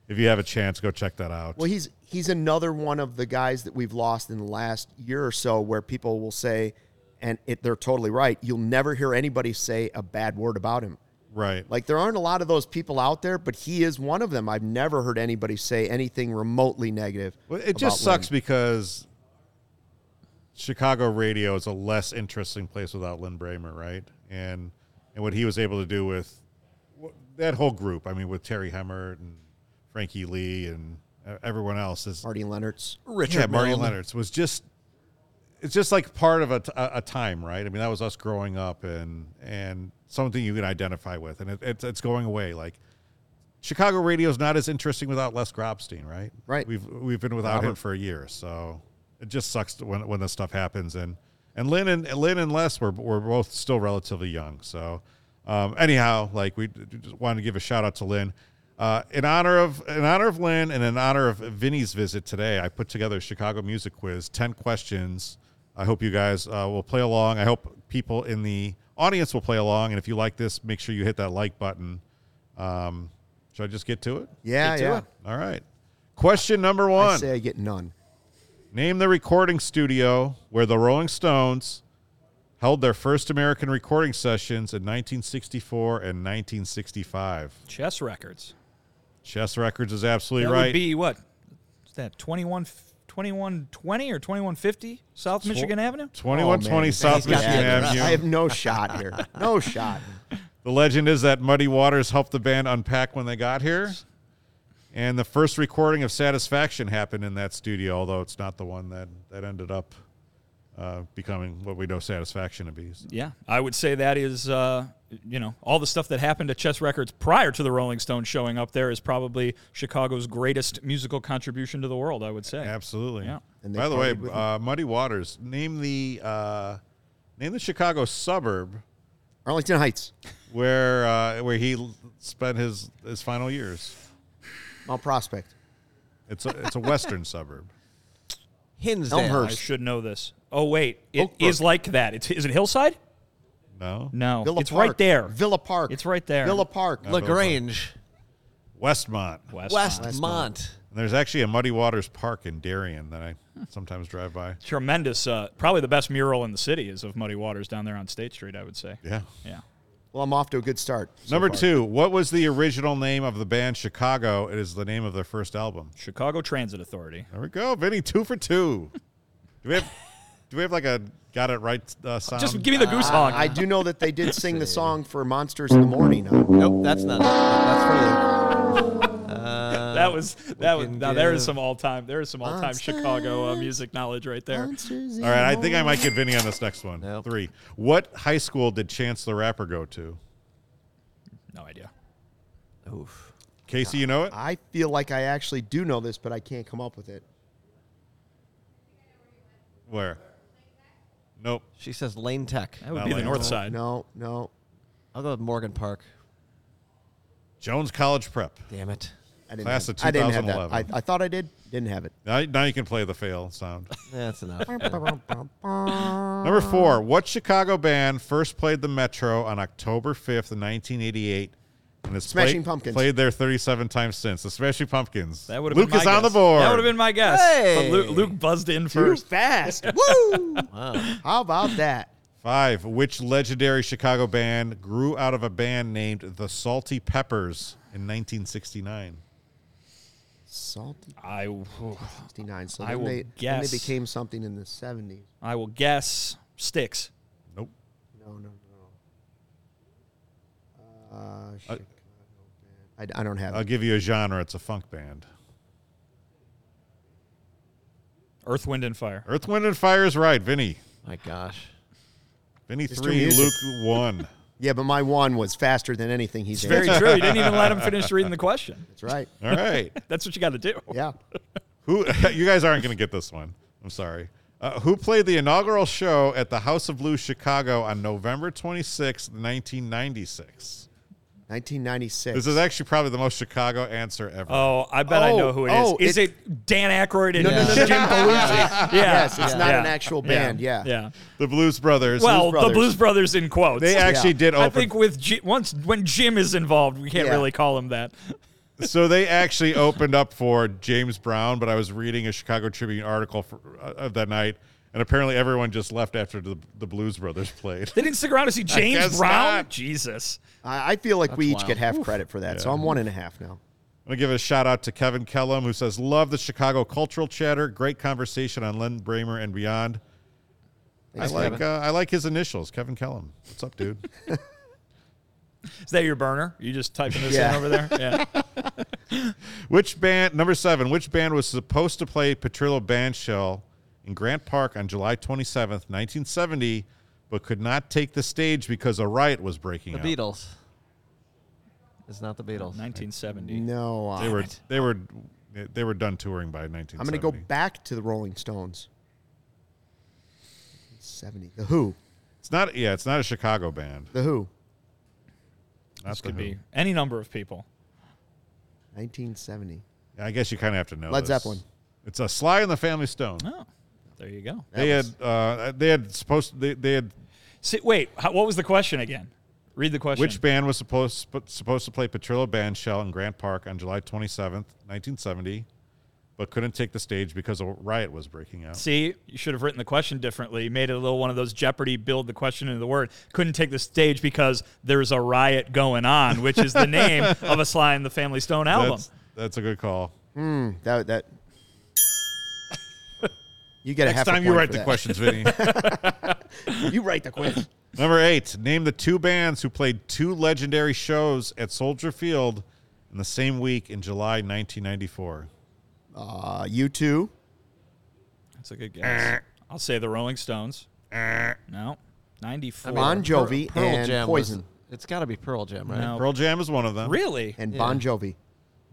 [SPEAKER 1] And if you have a chance, go check that out.
[SPEAKER 4] Well, he's he's another one of the guys that we've lost in the last year or so, where people will say, and it, they're totally right. You'll never hear anybody say a bad word about him.
[SPEAKER 1] right.
[SPEAKER 4] Like there aren't a lot of those people out there, but he is one of them. I've never heard anybody say anything remotely negative.
[SPEAKER 1] Well, it
[SPEAKER 4] about
[SPEAKER 1] just sucks
[SPEAKER 4] Lynn.
[SPEAKER 1] because Chicago radio is a less interesting place without Lynn Bramer, right? And and what he was able to do with wh- that whole group, I mean, with Terry Hemmert and Frankie Lee and e- everyone else is
[SPEAKER 4] Marty Leonard's.
[SPEAKER 3] Richard
[SPEAKER 1] yeah, Marty
[SPEAKER 3] Milne.
[SPEAKER 1] Leonard's was just it's just like part of a, t- a- a time, right? I mean, that was us growing up and and something you can identify with, and it, it's it's going away. Like Chicago radio is not as interesting without Les Grobstein, right?
[SPEAKER 4] Right.
[SPEAKER 1] We've we've been without him for a year, so it just sucks when when this stuff happens. And and Lynn and Lynn and Les were were both still relatively young, so. Um, anyhow, like we d- d- just wanted to give a shout out to Lynn. Uh, in honor of in honor of Lynn and in honor of Vinny's visit today, I put together a Chicago music quiz, ten questions. I hope you guys uh, will play along. I hope people in the audience will play along. And if you like this, make sure you hit that like button. Um, should I just get to it?
[SPEAKER 4] Yeah,
[SPEAKER 3] Get to
[SPEAKER 4] yeah.
[SPEAKER 3] it.
[SPEAKER 1] All right. Question number
[SPEAKER 4] I
[SPEAKER 1] one.
[SPEAKER 4] say I get none.
[SPEAKER 1] Name the recording studio where the Rolling Stones held their first American recording sessions in 1964 and 1965.
[SPEAKER 2] Chess records.
[SPEAKER 1] Chess Records is absolutely
[SPEAKER 2] that
[SPEAKER 1] right.
[SPEAKER 2] would be what? Is that 21, 2120 or 2150 South Michigan Avenue?
[SPEAKER 1] 2120 South
[SPEAKER 3] He's got
[SPEAKER 1] Michigan
[SPEAKER 3] the
[SPEAKER 4] I
[SPEAKER 1] Avenue.
[SPEAKER 4] have no shot here. No shot.
[SPEAKER 1] The legend is that Muddy Waters helped the band unpack when they got here. And the first recording of Satisfaction happened in that studio, although it's not the one that, that ended up uh, becoming what we know Satisfaction to be.
[SPEAKER 2] Yeah, I would say that is uh, you know, all the stuff that happened to Chess Records prior to the Rolling Stones showing up there is probably Chicago's greatest musical contribution to the world, I would say.
[SPEAKER 1] Absolutely.
[SPEAKER 2] Yeah.
[SPEAKER 4] And they
[SPEAKER 1] By the way,
[SPEAKER 4] partied with
[SPEAKER 1] uh, Muddy Waters. Name the uh, name the Chicago suburb
[SPEAKER 4] Arlington Heights,
[SPEAKER 1] where uh, where he l- spent his his final years.
[SPEAKER 4] Mount Prospect.
[SPEAKER 1] It's a, it's a western suburb.
[SPEAKER 3] Hinsdale.
[SPEAKER 4] Elmhurst.
[SPEAKER 2] I should know this. Oh wait, it is
[SPEAKER 4] Oak Brook.
[SPEAKER 2] like that. It's is it Hillside?
[SPEAKER 1] No,
[SPEAKER 2] No,
[SPEAKER 4] Villa
[SPEAKER 2] it's
[SPEAKER 4] Park.
[SPEAKER 2] right there.
[SPEAKER 4] Villa Park.
[SPEAKER 2] It's right there.
[SPEAKER 4] Villa Park. Look,
[SPEAKER 3] Lagrange.
[SPEAKER 1] Westmont.
[SPEAKER 2] Westmont.
[SPEAKER 3] Westmont.
[SPEAKER 1] And there's actually a Muddy Waters Park in Darien that I sometimes drive by.
[SPEAKER 2] Tremendous. Uh, probably the best mural in the city is of Muddy Waters down there on State Street. I would say.
[SPEAKER 1] Yeah.
[SPEAKER 2] Yeah.
[SPEAKER 4] well, I'm off to a good start.
[SPEAKER 1] Number two, what was the original name of the band Chicago? It is the name of their first album.
[SPEAKER 2] Chicago Transit Authority.
[SPEAKER 4] Um,
[SPEAKER 1] There we go, Vinny. Two for two. Do we have do we have like a got it right uh, sound?
[SPEAKER 2] Just give me the goose honk.
[SPEAKER 4] I do know that they did sing the song for Monsters in the Morning. on-
[SPEAKER 3] Nope, that's not. That's
[SPEAKER 2] that was that was.
[SPEAKER 3] can
[SPEAKER 2] Now there is
[SPEAKER 3] give-
[SPEAKER 2] some all time. There is some all time Chicago uh, music knowledge right there.
[SPEAKER 4] Monsters in
[SPEAKER 1] All right, I think I might get Vinny on this next one.
[SPEAKER 3] Nope.
[SPEAKER 1] Three. What high school did Chance the Rapper go to?
[SPEAKER 2] No idea.
[SPEAKER 3] for you. Oof.
[SPEAKER 1] Casey, you know it?
[SPEAKER 4] I feel like I actually do know this, but I can't come up with it.
[SPEAKER 1] Where? Nope.
[SPEAKER 3] She says Lane Tech.
[SPEAKER 2] That would
[SPEAKER 1] Not
[SPEAKER 2] be the
[SPEAKER 1] like
[SPEAKER 2] North
[SPEAKER 1] that.
[SPEAKER 2] Side.
[SPEAKER 4] No, no.
[SPEAKER 3] I'll go with Morgan Park.
[SPEAKER 1] Jones College Prep.
[SPEAKER 3] Damn it.
[SPEAKER 4] I didn't
[SPEAKER 1] Class
[SPEAKER 4] have,
[SPEAKER 1] of
[SPEAKER 4] I didn't have that. I,
[SPEAKER 1] 2011.
[SPEAKER 4] I thought I did. Didn't have it.
[SPEAKER 1] Now, now you can play the fail sound.
[SPEAKER 3] That's enough.
[SPEAKER 1] Number four. What Chicago band first played the Metro on October 5th, 1988? And it's
[SPEAKER 4] Smashing
[SPEAKER 1] played,
[SPEAKER 4] Pumpkins.
[SPEAKER 1] Played there 37 times since. The Smashing Pumpkins.
[SPEAKER 2] That would have
[SPEAKER 1] Luke
[SPEAKER 2] been
[SPEAKER 1] is
[SPEAKER 2] my
[SPEAKER 1] on the
[SPEAKER 2] guess.
[SPEAKER 1] board.
[SPEAKER 2] That would have been my guess.
[SPEAKER 3] Hey.
[SPEAKER 2] But Luke, Luke buzzed in first.
[SPEAKER 4] fast. Woo!
[SPEAKER 3] Wow.
[SPEAKER 4] How about that?
[SPEAKER 1] Five. Which legendary Chicago band grew out of a band named the Salty Peppers in 1969?
[SPEAKER 4] Salty
[SPEAKER 2] I
[SPEAKER 4] 69. So
[SPEAKER 2] I
[SPEAKER 4] then
[SPEAKER 2] will
[SPEAKER 4] they, then
[SPEAKER 2] guess.
[SPEAKER 4] they became something in the 70s.
[SPEAKER 2] I will guess sticks.
[SPEAKER 1] Nope.
[SPEAKER 4] No, no, no. Uh, Chicago band. I, I don't have
[SPEAKER 1] I'll
[SPEAKER 4] it.
[SPEAKER 1] give you a genre. It's a funk band.
[SPEAKER 2] Earth, wind, and fire.
[SPEAKER 1] Earth, Wind, and Fire is right. Vinny.
[SPEAKER 3] My gosh.
[SPEAKER 1] Vinny
[SPEAKER 4] Mr.
[SPEAKER 1] three,
[SPEAKER 4] Music.
[SPEAKER 1] Luke one.
[SPEAKER 4] Yeah, but my one was faster than anything he's
[SPEAKER 2] It's very true. You didn't even let him finish reading the question.
[SPEAKER 4] That's right.
[SPEAKER 1] All right.
[SPEAKER 2] That's what you got to do.
[SPEAKER 4] Yeah.
[SPEAKER 1] Who? You guys aren't going to get this one. I'm sorry. Uh, who played the inaugural show at the House of Blues Chicago on November 26, 1996?
[SPEAKER 4] 1996.
[SPEAKER 1] This is actually probably the most Chicago answer ever.
[SPEAKER 2] Oh, I bet I
[SPEAKER 4] Oh,
[SPEAKER 2] know who it is.
[SPEAKER 4] oh,
[SPEAKER 2] is
[SPEAKER 4] it-
[SPEAKER 2] it, Dan Aykroyd and
[SPEAKER 4] No, no, no, no,
[SPEAKER 2] Jim
[SPEAKER 4] no, no, no, no, no.
[SPEAKER 2] Belushi? Yeah.
[SPEAKER 4] Yes, it's not
[SPEAKER 2] Yeah.
[SPEAKER 4] an actual band. Yeah.
[SPEAKER 2] Yeah.
[SPEAKER 1] the Blues Brothers.
[SPEAKER 2] Well, the
[SPEAKER 4] Brothers.
[SPEAKER 2] Blues Brothers in quotes.
[SPEAKER 1] they actually
[SPEAKER 4] yeah.
[SPEAKER 1] did open.
[SPEAKER 2] I think with G- once when Jim is involved, we can't
[SPEAKER 4] Yeah.
[SPEAKER 2] really call him that.
[SPEAKER 1] so they actually opened up for James Brown, but I was reading a Chicago Tribune article for, uh, of that night, and apparently everyone just left after the, the Blues Brothers played.
[SPEAKER 2] They didn't stick around to see James
[SPEAKER 1] guess
[SPEAKER 2] Brown.
[SPEAKER 1] not.
[SPEAKER 2] Jesus.
[SPEAKER 4] I, I feel like we each
[SPEAKER 3] wild.
[SPEAKER 4] get half credit for that. So I'm one and a half now.
[SPEAKER 1] I'm gonna give a shout out to Kevin Kellum, who says, "Love the Chicago cultural chatter. Great conversation on Len Bramer and beyond." I like uh, I like his initials, Kevin Kellum. What's up, dude?
[SPEAKER 2] Is that your burner? You just typing this
[SPEAKER 4] Yeah.
[SPEAKER 2] in over there? Yeah.
[SPEAKER 1] which band? Number seven. Which band was supposed to play Petrillo Bandshell in Grant Park on July 27th, 1970, but could not take the stage because a riot was breaking
[SPEAKER 3] The
[SPEAKER 1] out?
[SPEAKER 3] Beatles. It's not the Beatles.
[SPEAKER 2] 1970.
[SPEAKER 4] No. Uh,
[SPEAKER 1] They were they were they were done touring by 1970.
[SPEAKER 4] I'm going to go back to the Rolling Stones. 70. The Who.
[SPEAKER 1] It's not yeah, it's not a Chicago band.
[SPEAKER 4] The Who.
[SPEAKER 1] Not
[SPEAKER 2] This
[SPEAKER 1] the
[SPEAKER 2] could
[SPEAKER 1] Who.
[SPEAKER 2] be any number of people.
[SPEAKER 4] 1970.
[SPEAKER 1] I guess you kind of have to know.
[SPEAKER 4] Led
[SPEAKER 1] this.
[SPEAKER 4] Zeppelin.
[SPEAKER 1] It's a Sly and the Family Stone.
[SPEAKER 2] Oh, there you go.
[SPEAKER 4] That
[SPEAKER 1] they
[SPEAKER 4] was-
[SPEAKER 1] had uh, they had supposed they, they had
[SPEAKER 2] See, wait, how, what was the question again? Read the question.
[SPEAKER 1] which band was supposed sp- supposed to play Petrillo Bandshell in Grant Park on July 27th, 1970, but couldn't take the stage because a riot was breaking out.
[SPEAKER 2] See, you should have written the question differently. You made it a little one of those Jeopardy build the question into the word. Couldn't take the stage because there's a riot going on, which is the name of a Sly and the Family Stone album.
[SPEAKER 1] That's, that's a good call.
[SPEAKER 4] That. that you get a
[SPEAKER 1] Next
[SPEAKER 4] half a
[SPEAKER 1] time you
[SPEAKER 4] point
[SPEAKER 1] write
[SPEAKER 4] for
[SPEAKER 1] the
[SPEAKER 4] that.
[SPEAKER 1] questions, Vinny.
[SPEAKER 4] You write the quiz.
[SPEAKER 1] Number eight. Name the two bands who played two legendary shows at Soldier Field in the same week in July 1994.
[SPEAKER 4] Uh, you two.
[SPEAKER 2] That's a good guess. I'll say the Rolling Stones. no, 94.
[SPEAKER 4] Bon Jovi
[SPEAKER 3] Pearl
[SPEAKER 4] and
[SPEAKER 3] Jam was
[SPEAKER 4] Poison.
[SPEAKER 3] It's got to be Pearl Jam, right?
[SPEAKER 2] No.
[SPEAKER 1] Pearl Jam is one of them.
[SPEAKER 2] Really?
[SPEAKER 4] and Bon Jovi.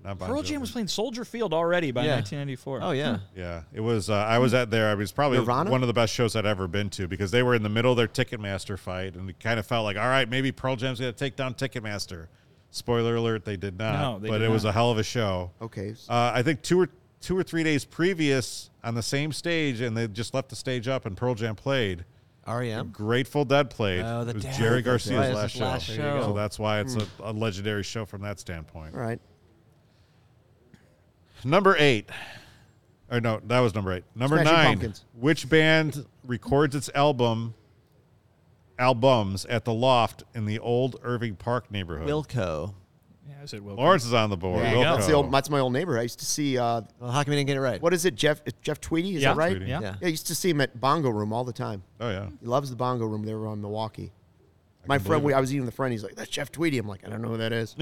[SPEAKER 1] Not Bon
[SPEAKER 2] Pearl
[SPEAKER 1] Jovi.
[SPEAKER 2] Jam was playing Soldier Field already by
[SPEAKER 3] Yeah.
[SPEAKER 2] 1994.
[SPEAKER 3] Oh yeah.
[SPEAKER 1] Yeah, it was. Uh, I was at there. It was probably
[SPEAKER 4] Nirvana?
[SPEAKER 1] one of the best shows I'd ever been to because they were in the middle of their Ticketmaster fight, and it kind of felt like, all right, maybe Pearl Jam's going to take down Ticketmaster. Spoiler alert: they did not.
[SPEAKER 2] No, they
[SPEAKER 1] but
[SPEAKER 2] did
[SPEAKER 1] it was
[SPEAKER 2] not.
[SPEAKER 1] a hell of a show.
[SPEAKER 4] Okay. s-
[SPEAKER 1] Uh, I think two or two or three days previous on the same stage, and they just left the stage up, and Pearl Jam played.
[SPEAKER 3] REM.
[SPEAKER 1] Grateful Dead played.
[SPEAKER 3] Oh, the
[SPEAKER 1] it was
[SPEAKER 3] Dead.
[SPEAKER 1] Jerry
[SPEAKER 3] That's right,
[SPEAKER 1] Garcia's
[SPEAKER 3] it's
[SPEAKER 1] last
[SPEAKER 3] his
[SPEAKER 1] show.
[SPEAKER 3] last
[SPEAKER 1] There you go.
[SPEAKER 3] show.
[SPEAKER 1] So that's why it's
[SPEAKER 4] Hmm.
[SPEAKER 1] a, a legendary show from that standpoint.
[SPEAKER 4] All right.
[SPEAKER 1] Number eight. Or no, that was number eight. Number
[SPEAKER 4] Smashing
[SPEAKER 1] nine.
[SPEAKER 4] Pumpkins.
[SPEAKER 1] Which band records its album albums at the loft in the old Irving Park neighborhood?
[SPEAKER 3] Wilco.
[SPEAKER 2] Yeah, I said Will.
[SPEAKER 1] Lawrence is on the board.
[SPEAKER 2] There you go.
[SPEAKER 4] That's the old. That's my old neighbor. I used to see. Uh,
[SPEAKER 3] Well, how come you didn't get it right?
[SPEAKER 4] what is it? Jeff Jeff Tweedy. Is
[SPEAKER 2] yeah.
[SPEAKER 4] that right?
[SPEAKER 1] Tweedy.
[SPEAKER 2] Yeah.
[SPEAKER 3] Yeah.
[SPEAKER 4] Yeah, I used to see him at Bongo Room all the time.
[SPEAKER 1] oh yeah.
[SPEAKER 4] He loves the Bongo Room. They were on Milwaukee. My friend, we, I was eating the friend. He's like, "That's Jeff Tweedy." I'm like, "I don't know who that is."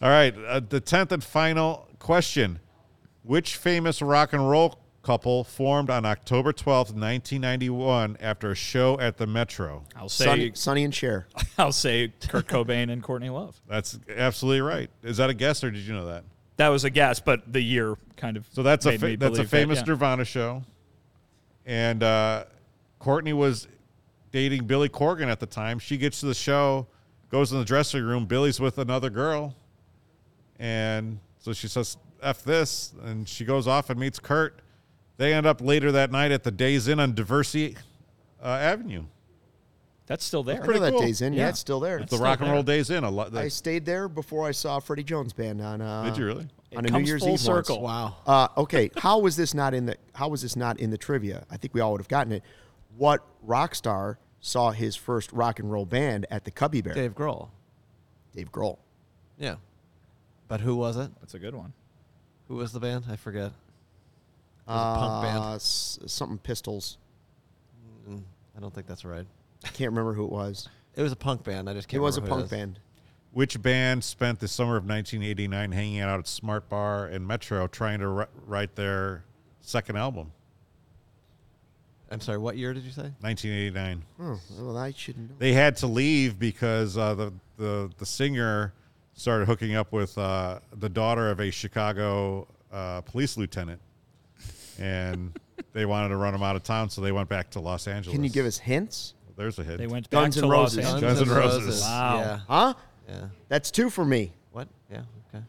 [SPEAKER 1] All right. Uh, the tenth and final question. Which famous rock and roll couple formed on October twelfth, nineteen ninety one, after a show at the Metro?
[SPEAKER 2] I'll say
[SPEAKER 4] Sonny, Sonny and Cher.
[SPEAKER 2] I'll say Kurt Cobain and Courtney Love.
[SPEAKER 1] That's absolutely right. Is that a guess or did you know that?
[SPEAKER 2] That was a guess, but the year kind of
[SPEAKER 1] So that's a
[SPEAKER 2] made me
[SPEAKER 1] fa- that's a
[SPEAKER 2] believe
[SPEAKER 1] famous
[SPEAKER 2] That, yeah.
[SPEAKER 1] Nirvana show, and uh, Courtney was dating Billy Corgan at the time. She gets to the show, goes in the dressing room. Billy's with another girl, and so she says "f this," and she goes off and meets Kurt. They end up later that night at the Days Inn on Diversity uh, Avenue.
[SPEAKER 2] That's still there.
[SPEAKER 4] I know that
[SPEAKER 1] cool.
[SPEAKER 4] day's in. Yeah,
[SPEAKER 2] Yeah.
[SPEAKER 4] it's still there.
[SPEAKER 1] the
[SPEAKER 2] still
[SPEAKER 1] Rock and
[SPEAKER 2] there.
[SPEAKER 1] Roll Days Inn. A lot.
[SPEAKER 4] I stayed there before I saw Freddie Jones band on. Uh,
[SPEAKER 1] did you really?
[SPEAKER 4] On
[SPEAKER 2] It
[SPEAKER 4] a New
[SPEAKER 2] comes
[SPEAKER 4] Year's
[SPEAKER 2] full
[SPEAKER 4] Eve once.
[SPEAKER 2] circle.
[SPEAKER 3] Wow.
[SPEAKER 4] Uh, okay, how was this not in the? How was this not in the trivia? I think we all would have gotten it. What rock star saw his first rock and roll band at the Cubby Bear?
[SPEAKER 3] Dave Grohl.
[SPEAKER 4] Dave Grohl.
[SPEAKER 3] Yeah. But who was it?
[SPEAKER 2] That's a good one.
[SPEAKER 3] Who was the band? I forget. It was a
[SPEAKER 4] Uh,
[SPEAKER 3] punk band.
[SPEAKER 4] s- something Pistols.
[SPEAKER 3] I don't think that's right.
[SPEAKER 4] I can't remember who it was.
[SPEAKER 3] It was a punk band. I just can't.
[SPEAKER 4] it was a
[SPEAKER 3] remember who
[SPEAKER 4] punk band.
[SPEAKER 1] Which band spent the summer of 1989 hanging out at Smart Bar and Metro trying to ri- write their second album?
[SPEAKER 3] I'm sorry. What year did you say?
[SPEAKER 1] 1989.
[SPEAKER 4] Oh,
[SPEAKER 3] Hmm,
[SPEAKER 4] well, I shouldn't know.
[SPEAKER 1] They had to leave because uh, the, the the singer started hooking up with uh, the daughter of a Chicago uh, police lieutenant, and they wanted to run him out of town, so they went back to Los Angeles.
[SPEAKER 4] Can you give us hints?
[SPEAKER 1] There's a hit.
[SPEAKER 2] They went
[SPEAKER 4] Guns
[SPEAKER 2] back to
[SPEAKER 4] N'
[SPEAKER 2] Los
[SPEAKER 4] Roses.
[SPEAKER 2] Angeles.
[SPEAKER 1] Guns N'
[SPEAKER 3] N'
[SPEAKER 1] Roses.
[SPEAKER 2] Wow.
[SPEAKER 3] Yeah.
[SPEAKER 4] Huh?
[SPEAKER 3] Yeah.
[SPEAKER 4] That's two for me.
[SPEAKER 3] What? Yeah. Okay.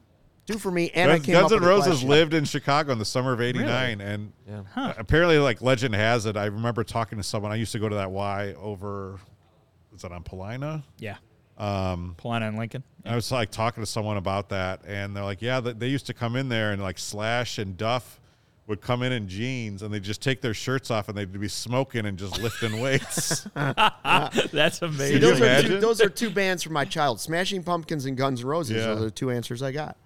[SPEAKER 4] Two for me, and
[SPEAKER 1] Guns,
[SPEAKER 4] I came
[SPEAKER 1] Guns
[SPEAKER 4] up
[SPEAKER 1] N'
[SPEAKER 4] with a
[SPEAKER 1] Roses
[SPEAKER 4] question.
[SPEAKER 1] lived in Chicago in the summer of '89, and
[SPEAKER 3] Yeah.
[SPEAKER 1] apparently, like legend has it, I remember talking to someone. I used to go to that Y over, is it on Polina?
[SPEAKER 2] Yeah. Um, Polana and Lincoln.
[SPEAKER 1] I was like talking to someone about that, and they're like, "Yeah, they, they used to come in there and like Slash and Duff would come in in jeans, and they would just take their shirts off, and they'd be smoking and just lifting weights."
[SPEAKER 2] That's
[SPEAKER 4] See,
[SPEAKER 2] amazing.
[SPEAKER 1] you
[SPEAKER 4] those, are two,
[SPEAKER 1] imagine?
[SPEAKER 4] those are two bands from my child: Smashing Pumpkins and Guns N' Roses.
[SPEAKER 1] Yeah.
[SPEAKER 4] Those are the two answers I got.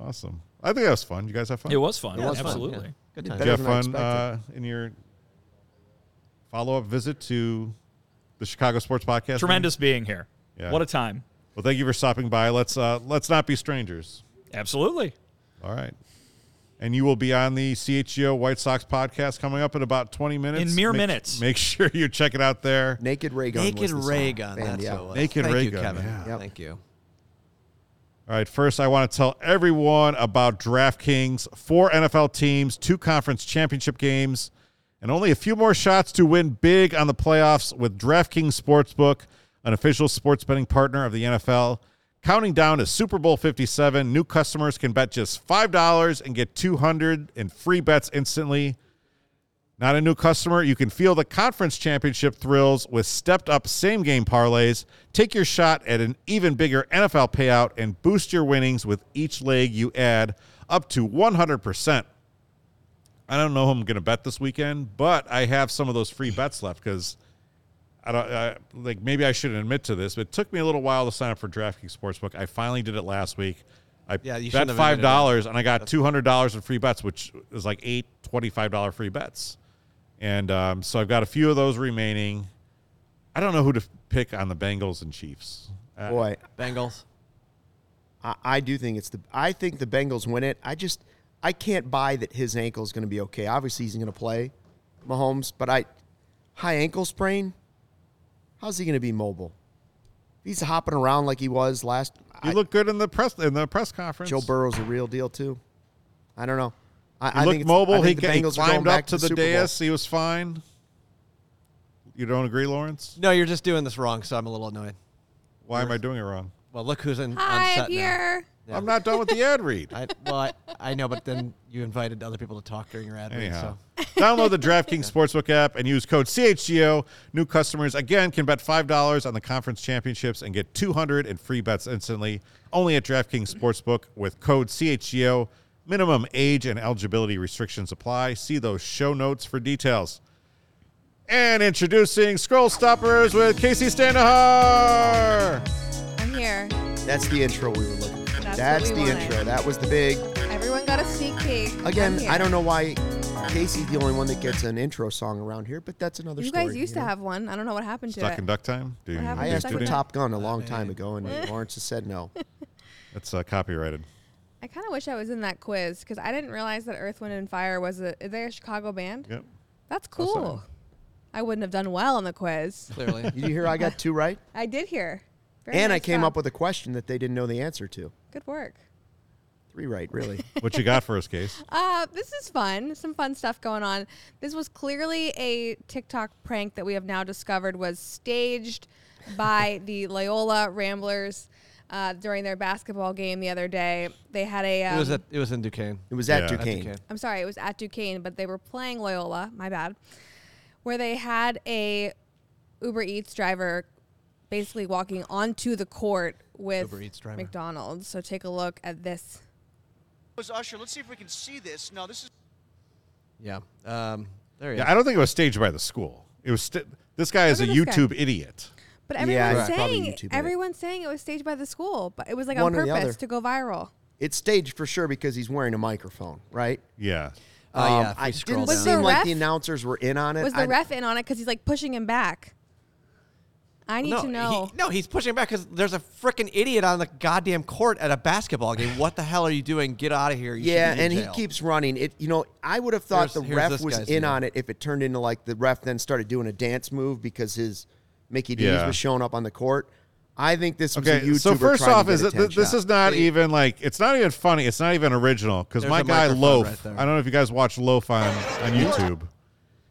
[SPEAKER 1] awesome. I think that was fun. You guys have fun.
[SPEAKER 2] It was fun.
[SPEAKER 3] It was fun, yeah.
[SPEAKER 2] Absolutely.
[SPEAKER 3] Good
[SPEAKER 4] Did
[SPEAKER 3] time.
[SPEAKER 1] Did you
[SPEAKER 4] better.
[SPEAKER 1] have
[SPEAKER 4] than I
[SPEAKER 1] fun uh, in your follow-up visit to the Chicago Sports Podcast?
[SPEAKER 2] Tremendous being here.
[SPEAKER 1] Yeah.
[SPEAKER 2] What a time.
[SPEAKER 1] Well, thank you for stopping by. Let's uh, let's not be strangers.
[SPEAKER 2] Absolutely.
[SPEAKER 1] All right. And you will be on the CHGO White Sox podcast coming up in about 20 minutes.
[SPEAKER 2] In mere
[SPEAKER 1] Make-
[SPEAKER 2] minutes.
[SPEAKER 1] Make sure you check it out there.
[SPEAKER 4] Naked Ray Gun. was
[SPEAKER 3] Naked
[SPEAKER 4] the song.
[SPEAKER 3] Ray Gun.
[SPEAKER 4] Band,
[SPEAKER 3] That's
[SPEAKER 4] yeah.
[SPEAKER 3] what it was.
[SPEAKER 1] Naked
[SPEAKER 3] Thank
[SPEAKER 1] Ray
[SPEAKER 3] you,
[SPEAKER 1] Gun,
[SPEAKER 3] Kevin.
[SPEAKER 1] yeah.
[SPEAKER 4] Yep.
[SPEAKER 3] Thank you.
[SPEAKER 1] All right, first, I want to tell everyone about DraftKings. Four NFL teams, two conference championship games, and only a few more shots to win big on the playoffs with DraftKings Sportsbook, an official sports betting partner of the NFL. Counting down to Super Bowl 57, new customers can bet just $5 and get 200 in free bets instantly. Not a new customer? You can feel the conference championship thrills with stepped up same game parlays. Take your shot at an even bigger NFL payout and boost your winnings with each leg you add up to 100%. I don't know who I'm going to bet this weekend, but I have some of those free bets left because. I don't I, like. Maybe I shouldn't admit to this, but it took me a little while to sign up for DraftKings Sportsbook. I finally did it last week. I
[SPEAKER 3] Yeah, you shouldn't
[SPEAKER 1] bet
[SPEAKER 3] have
[SPEAKER 1] five
[SPEAKER 3] admitted it.
[SPEAKER 1] dollars and I got two hundred dollars in free bets, which is like eight twenty-five dollar free bets. And um, so I've got a few of those remaining. I don't know who to pick on the Bengals and Chiefs. Uh,
[SPEAKER 4] Boy,
[SPEAKER 3] Bengals.
[SPEAKER 4] I, I do think it's the. I think the Bengals win it. I just I can't buy that his ankle is going to be okay. Obviously, he's going to play, Mahomes. But I high ankle sprain. How's he going to be mobile? he's hopping around like he was last.
[SPEAKER 1] You
[SPEAKER 4] I-
[SPEAKER 1] look good in the press in the press conference.
[SPEAKER 4] Joe Burrow's a real deal too. I don't know. I,
[SPEAKER 1] He
[SPEAKER 4] I
[SPEAKER 1] looked
[SPEAKER 4] think it's- I
[SPEAKER 1] mobile. He,
[SPEAKER 4] think
[SPEAKER 1] ca-
[SPEAKER 4] the
[SPEAKER 1] he
[SPEAKER 4] Bengals are going
[SPEAKER 1] climbed
[SPEAKER 4] back
[SPEAKER 1] up to the,
[SPEAKER 4] Super Bowl.
[SPEAKER 1] dais. He was fine. You don't agree, Lawrence?
[SPEAKER 3] No, you're just doing this wrong, so I'm a little annoyed.
[SPEAKER 1] Why am I doing it wrong?
[SPEAKER 3] Well, look who's in on
[SPEAKER 5] Hi,
[SPEAKER 3] set
[SPEAKER 5] I'm here.
[SPEAKER 3] Yeah.
[SPEAKER 1] I'm not done with the ad read.
[SPEAKER 3] now. I, well, I, I know, but then you invited other people to talk during your ad read,
[SPEAKER 1] Anyhow,
[SPEAKER 3] so
[SPEAKER 1] download the DraftKings Sportsbook app and use code CHGO. New customers again can bet five dollars on the conference championships and get two hundred in free bets instantly. Only at DraftKings Sportsbook with code CHGO. Minimum age and eligibility restrictions apply. See those show notes for details. And introducing Scroll Stoppers with Casey Standahar.
[SPEAKER 5] I'm here.
[SPEAKER 4] That's the intro we were looking for.
[SPEAKER 5] That's
[SPEAKER 4] That's,
[SPEAKER 5] what
[SPEAKER 4] the
[SPEAKER 5] we wanted.
[SPEAKER 4] intro. That was the big.
[SPEAKER 5] Everyone got a sneak peek. I'm
[SPEAKER 4] Again,
[SPEAKER 5] here.
[SPEAKER 4] I don't know why Casey's the only one that gets an intro song around here, but that's another
[SPEAKER 5] You
[SPEAKER 4] story.
[SPEAKER 5] guys used to
[SPEAKER 4] know?
[SPEAKER 5] have one. I don't know what happened to
[SPEAKER 1] Duck
[SPEAKER 5] it.
[SPEAKER 1] and duck time. Do you-
[SPEAKER 5] happened
[SPEAKER 4] I
[SPEAKER 5] to
[SPEAKER 4] asked for
[SPEAKER 5] Second.
[SPEAKER 4] Top Gun a long time ago, and Lawrence has said no.
[SPEAKER 1] That's uh, copyrighted.
[SPEAKER 5] I kind of wish I was in that quiz because I didn't realize that Earth, Wind, and Fire was a. Is they a Chicago band?
[SPEAKER 1] Yep. That's
[SPEAKER 5] That's cool.
[SPEAKER 1] fine.
[SPEAKER 5] I wouldn't have done well on the quiz.
[SPEAKER 3] clearly.
[SPEAKER 4] Did you hear I got two right?
[SPEAKER 5] I did hear. Very
[SPEAKER 4] and I
[SPEAKER 5] nice
[SPEAKER 4] came
[SPEAKER 5] job.
[SPEAKER 4] up with a question that they didn't know the answer to.
[SPEAKER 5] good work.
[SPEAKER 4] Three right, really.
[SPEAKER 1] What you got for us, Case?
[SPEAKER 5] Uh, this is fun. Some fun stuff going on. This was clearly a TikTok prank that we have now discovered was staged by the Loyola Ramblers uh, during their basketball game the other day. They had a. Um,
[SPEAKER 3] it was at, it was in Duquesne.
[SPEAKER 4] It was at
[SPEAKER 1] Yeah. At
[SPEAKER 4] Duquesne.
[SPEAKER 3] Duquesne.
[SPEAKER 5] I'm sorry, it was at Duquesne, but they were playing Loyola. My bad. Where they had a Uber Eats driver basically walking onto the court with
[SPEAKER 3] Uber Eats driver.
[SPEAKER 5] McDonald's. So take a look at this.
[SPEAKER 6] was Usher. Let's see if we can see this. No, this is.
[SPEAKER 3] Yeah. Um, there he
[SPEAKER 1] Yeah,
[SPEAKER 3] is.
[SPEAKER 1] I don't think it was staged by the school. It was st- this guy is a
[SPEAKER 5] Look at this guy.
[SPEAKER 1] YouTube idiot.
[SPEAKER 5] But
[SPEAKER 4] Yeah,
[SPEAKER 5] everyone's
[SPEAKER 4] it's probably
[SPEAKER 5] saying
[SPEAKER 4] YouTube it.
[SPEAKER 5] everyone's saying it was staged by the school, but it was like
[SPEAKER 4] One or
[SPEAKER 5] on
[SPEAKER 4] the
[SPEAKER 5] purpose
[SPEAKER 4] other.
[SPEAKER 5] to go viral.
[SPEAKER 4] It's staged for sure because he's wearing a microphone, right? Um,
[SPEAKER 1] Yeah.
[SPEAKER 3] Oh, yeah, if we
[SPEAKER 4] I
[SPEAKER 3] scroll
[SPEAKER 4] didn't
[SPEAKER 5] down. Was
[SPEAKER 4] seem
[SPEAKER 5] the
[SPEAKER 4] like
[SPEAKER 5] ref-
[SPEAKER 4] the announcers were in on it.
[SPEAKER 5] Was the
[SPEAKER 4] I-
[SPEAKER 5] ref in on it because he's like pushing him back? I need
[SPEAKER 3] no,
[SPEAKER 5] to know.
[SPEAKER 3] He, no, he's pushing back because there's a freaking idiot on the goddamn court at a basketball game. What the hell are you doing? Get out of here! You should
[SPEAKER 4] Yeah,
[SPEAKER 3] be in
[SPEAKER 4] and he
[SPEAKER 3] jail.
[SPEAKER 4] keeps running. It, you know, I would have thought
[SPEAKER 3] Here's-
[SPEAKER 4] the
[SPEAKER 3] here's
[SPEAKER 4] ref
[SPEAKER 3] this
[SPEAKER 4] was
[SPEAKER 3] guy's
[SPEAKER 4] in
[SPEAKER 3] deal.
[SPEAKER 4] on it if it turned into like the ref then started doing a dance move because his Mickey D's
[SPEAKER 1] Yeah.
[SPEAKER 4] was showing up on the court. I think this was a
[SPEAKER 1] Okay.
[SPEAKER 4] YouTuber
[SPEAKER 1] So first
[SPEAKER 4] trying to
[SPEAKER 1] off,
[SPEAKER 4] get
[SPEAKER 1] is it, th-
[SPEAKER 4] attention.
[SPEAKER 1] this is not even like it's not even funny. It's not even original because
[SPEAKER 3] There's
[SPEAKER 1] my
[SPEAKER 3] a
[SPEAKER 1] guy
[SPEAKER 3] microphone
[SPEAKER 1] Loaf.
[SPEAKER 3] right there.
[SPEAKER 1] I don't know if you guys watch Loaf on on YouTube.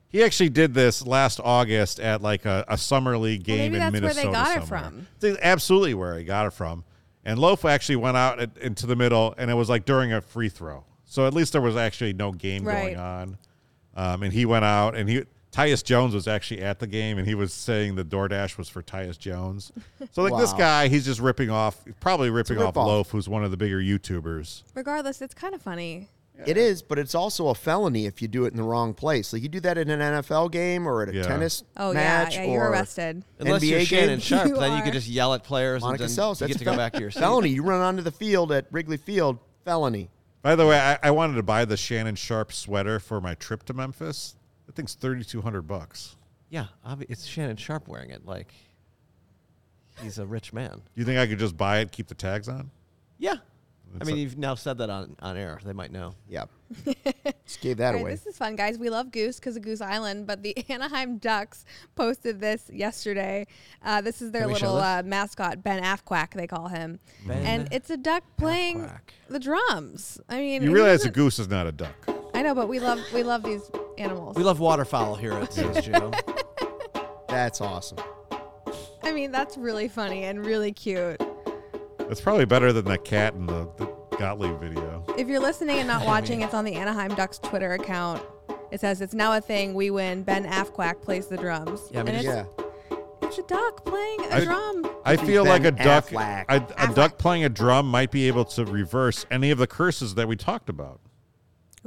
[SPEAKER 1] He actually did this last August at like a, a summer league
[SPEAKER 5] Well,
[SPEAKER 1] game
[SPEAKER 5] maybe
[SPEAKER 1] in
[SPEAKER 5] that's where they
[SPEAKER 1] Minnesota.
[SPEAKER 5] got it
[SPEAKER 1] somewhere.
[SPEAKER 5] from.
[SPEAKER 1] That's absolutely where he got it from. And Loaf actually went out at, into the middle, and it was like during a free throw. So at least there was actually no game
[SPEAKER 5] Right.
[SPEAKER 1] going on. Um, and he went out, and he Tyus Jones was actually at the game, and he was saying the DoorDash was for Tyus Jones. So like this
[SPEAKER 4] Wow.
[SPEAKER 1] guy, he's just ripping off, probably ripping off
[SPEAKER 4] rip-off.
[SPEAKER 1] Loaf, who's one of the bigger YouTubers.
[SPEAKER 5] Regardless, it's kind of funny.
[SPEAKER 4] It is, but it's also a felony if you do it in the wrong place. Like you do that in an NFL game or at a
[SPEAKER 1] Yeah.
[SPEAKER 4] tennis
[SPEAKER 5] Oh yeah,
[SPEAKER 4] match
[SPEAKER 5] yeah,
[SPEAKER 4] or
[SPEAKER 5] you're arrested.
[SPEAKER 3] Unless
[SPEAKER 4] NBA
[SPEAKER 3] you're Shannon
[SPEAKER 4] game.
[SPEAKER 3] Sharp,
[SPEAKER 5] You
[SPEAKER 3] then you
[SPEAKER 5] are.
[SPEAKER 3] could just yell at players
[SPEAKER 4] Monica
[SPEAKER 3] and then
[SPEAKER 4] Sells.
[SPEAKER 3] you get
[SPEAKER 4] That's a
[SPEAKER 3] to go
[SPEAKER 4] fel-
[SPEAKER 3] back to your seat.
[SPEAKER 4] felony. You run onto the field at Wrigley Field. Felony.
[SPEAKER 1] By the way, I, I wanted to buy the Shannon Sharp sweater for my trip to Memphis. That thing's thirty two hundred bucks.
[SPEAKER 3] Yeah, obvi- it's Shannon Sharp wearing it. Like he's a rich man.
[SPEAKER 1] Do you think I could just buy it, keep the tags on?
[SPEAKER 3] Yeah. I
[SPEAKER 1] That's
[SPEAKER 3] mean,
[SPEAKER 1] a-
[SPEAKER 3] you've now said that on, on air. They might know.
[SPEAKER 4] Yeah. Just gave that
[SPEAKER 5] All right,
[SPEAKER 4] away.
[SPEAKER 5] this is fun, guys. We love Goose because of Goose Island, but the Anaheim Ducks posted this yesterday. Uh, this is their
[SPEAKER 3] Can we show
[SPEAKER 5] little
[SPEAKER 3] this?
[SPEAKER 5] uh, mascot, Ben Afquack, they call him.
[SPEAKER 3] Ben
[SPEAKER 5] and it's a duck playing
[SPEAKER 3] Afquack.
[SPEAKER 5] the drums. I mean,
[SPEAKER 1] You
[SPEAKER 5] who
[SPEAKER 1] realize a
[SPEAKER 5] doesn't-
[SPEAKER 1] goose is not a duck.
[SPEAKER 5] I know, but we love we love these animals.
[SPEAKER 3] We love waterfowl here at CSGO.
[SPEAKER 4] That's awesome.
[SPEAKER 5] I mean, that's really funny and really cute.
[SPEAKER 1] That's probably better than that cat in the, the Gottlieb video.
[SPEAKER 5] If you're listening and not watching, it's on the Anaheim Ducks Twitter account. It says it's now a thing. We win. Ben Afquack plays the drums.
[SPEAKER 3] Yeah, I mean,
[SPEAKER 5] and it's,
[SPEAKER 4] Yeah.
[SPEAKER 5] it's a duck playing a
[SPEAKER 1] I-
[SPEAKER 5] drum.
[SPEAKER 1] I
[SPEAKER 4] be
[SPEAKER 1] feel like a
[SPEAKER 4] Ben
[SPEAKER 1] duck.
[SPEAKER 4] Affleck.
[SPEAKER 1] A, a duck playing a drum might be able to reverse any of the curses that we talked about.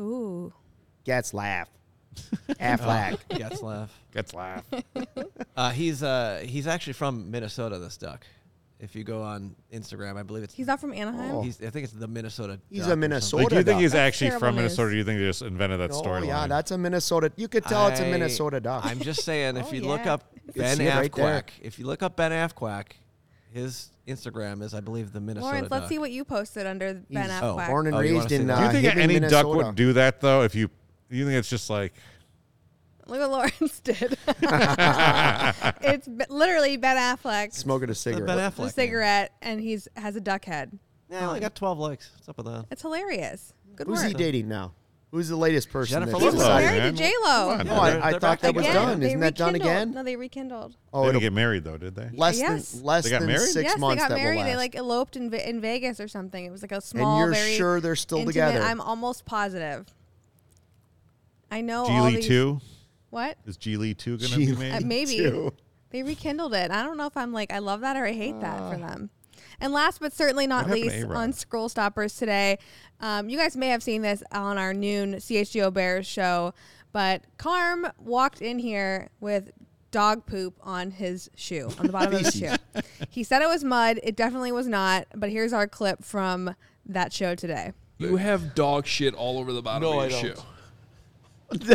[SPEAKER 5] Ooh.
[SPEAKER 4] Gats laugh. Affleck.
[SPEAKER 3] Gets laugh.
[SPEAKER 1] Gets laugh.
[SPEAKER 3] Uh, he's uh, he's actually from Minnesota. This duck. If you go on Instagram, I believe it's
[SPEAKER 5] He's not from Anaheim.
[SPEAKER 4] Oh.
[SPEAKER 3] he's- I think it's the Minnesota.
[SPEAKER 4] He's
[SPEAKER 3] duck
[SPEAKER 4] a
[SPEAKER 3] or something.
[SPEAKER 4] Minnesota.
[SPEAKER 1] like, do you think
[SPEAKER 4] duck.
[SPEAKER 1] he's actually
[SPEAKER 5] terrible
[SPEAKER 1] from Minnesota?
[SPEAKER 5] news.
[SPEAKER 1] Or do you think they just invented that
[SPEAKER 4] Oh
[SPEAKER 1] storyline?
[SPEAKER 4] yeah, that's a Minnesota. You could tell it's a
[SPEAKER 3] I-
[SPEAKER 4] Minnesota duck.
[SPEAKER 3] I'm just saying, if
[SPEAKER 5] Oh,
[SPEAKER 3] you look
[SPEAKER 5] yeah.
[SPEAKER 3] up Ben
[SPEAKER 4] see it right
[SPEAKER 3] Afquack,
[SPEAKER 4] there.
[SPEAKER 3] if you look up Ben Afquack, his Instagram is, I believe, the Minnesota.
[SPEAKER 5] Lawrence, let's
[SPEAKER 3] duck.
[SPEAKER 5] see what you posted under Ben
[SPEAKER 4] He's-
[SPEAKER 3] oh,
[SPEAKER 5] Affleck.
[SPEAKER 4] born and
[SPEAKER 3] Oh, you wanna
[SPEAKER 4] raised in.
[SPEAKER 3] say
[SPEAKER 4] Uh,
[SPEAKER 3] that.
[SPEAKER 1] do you think
[SPEAKER 4] Hibbing,
[SPEAKER 1] any duck
[SPEAKER 4] Minnesota.
[SPEAKER 1] would do that though? If you, you think it's just like
[SPEAKER 5] Look what Lawrence did. it's b- literally Ben Affleck,
[SPEAKER 4] Smoking a
[SPEAKER 3] The Ben
[SPEAKER 4] cigarette.
[SPEAKER 3] Affleck.
[SPEAKER 5] the
[SPEAKER 3] man.
[SPEAKER 5] cigarette, and he's has a duck head.
[SPEAKER 3] Yeah, I only got 12 likes. What's up with that?
[SPEAKER 5] It's hilarious. Good
[SPEAKER 4] Who's
[SPEAKER 5] work.
[SPEAKER 4] he dating now? Who's the latest person?
[SPEAKER 3] Jennifer
[SPEAKER 4] that
[SPEAKER 3] Lopez.
[SPEAKER 4] he's
[SPEAKER 5] He's
[SPEAKER 4] decided-
[SPEAKER 5] married to
[SPEAKER 1] man.
[SPEAKER 5] J-Lo.
[SPEAKER 1] Come on.
[SPEAKER 4] Oh, I, I
[SPEAKER 3] They're
[SPEAKER 4] thought
[SPEAKER 3] back
[SPEAKER 4] that was
[SPEAKER 5] Again,
[SPEAKER 4] done.
[SPEAKER 5] they
[SPEAKER 4] Isn't that done
[SPEAKER 5] rekindled.
[SPEAKER 4] again?
[SPEAKER 5] No, they rekindled.
[SPEAKER 1] they
[SPEAKER 4] Oh, it'll-
[SPEAKER 1] didn't get married though, did they?
[SPEAKER 4] less
[SPEAKER 5] Yes.
[SPEAKER 4] than less
[SPEAKER 1] They got
[SPEAKER 4] than
[SPEAKER 1] married?
[SPEAKER 4] six
[SPEAKER 5] yes, they
[SPEAKER 4] months
[SPEAKER 5] got
[SPEAKER 4] that will
[SPEAKER 5] married. They
[SPEAKER 4] last.
[SPEAKER 5] like eloped in, Ve- in Vegas or something. It was like a small.
[SPEAKER 4] and you're
[SPEAKER 5] very
[SPEAKER 4] sure they're still
[SPEAKER 5] intimate-
[SPEAKER 4] together?
[SPEAKER 5] I'm almost positive. I know all
[SPEAKER 1] Geely
[SPEAKER 5] these.
[SPEAKER 1] two
[SPEAKER 5] What?
[SPEAKER 1] is Geely two going to
[SPEAKER 4] Glee
[SPEAKER 1] be made?
[SPEAKER 5] Uh, maybe
[SPEAKER 4] too.
[SPEAKER 5] they rekindled it. I don't know if I'm like I love that or I hate that for them. And last but certainly not
[SPEAKER 1] Uh. What happened to
[SPEAKER 5] least,
[SPEAKER 1] A-Rod?
[SPEAKER 5] on Scroll Stoppers today, um, you guys may have seen this on our noon CHGO Bears show, but Carm walked in here with dog poop on his shoe, on the bottom of his shoe. He said it was mud. It definitely was not. But here's our clip from that show today.
[SPEAKER 7] You have dog shit all over the bottom
[SPEAKER 3] No, I
[SPEAKER 7] of your
[SPEAKER 3] don't.
[SPEAKER 7] shoe.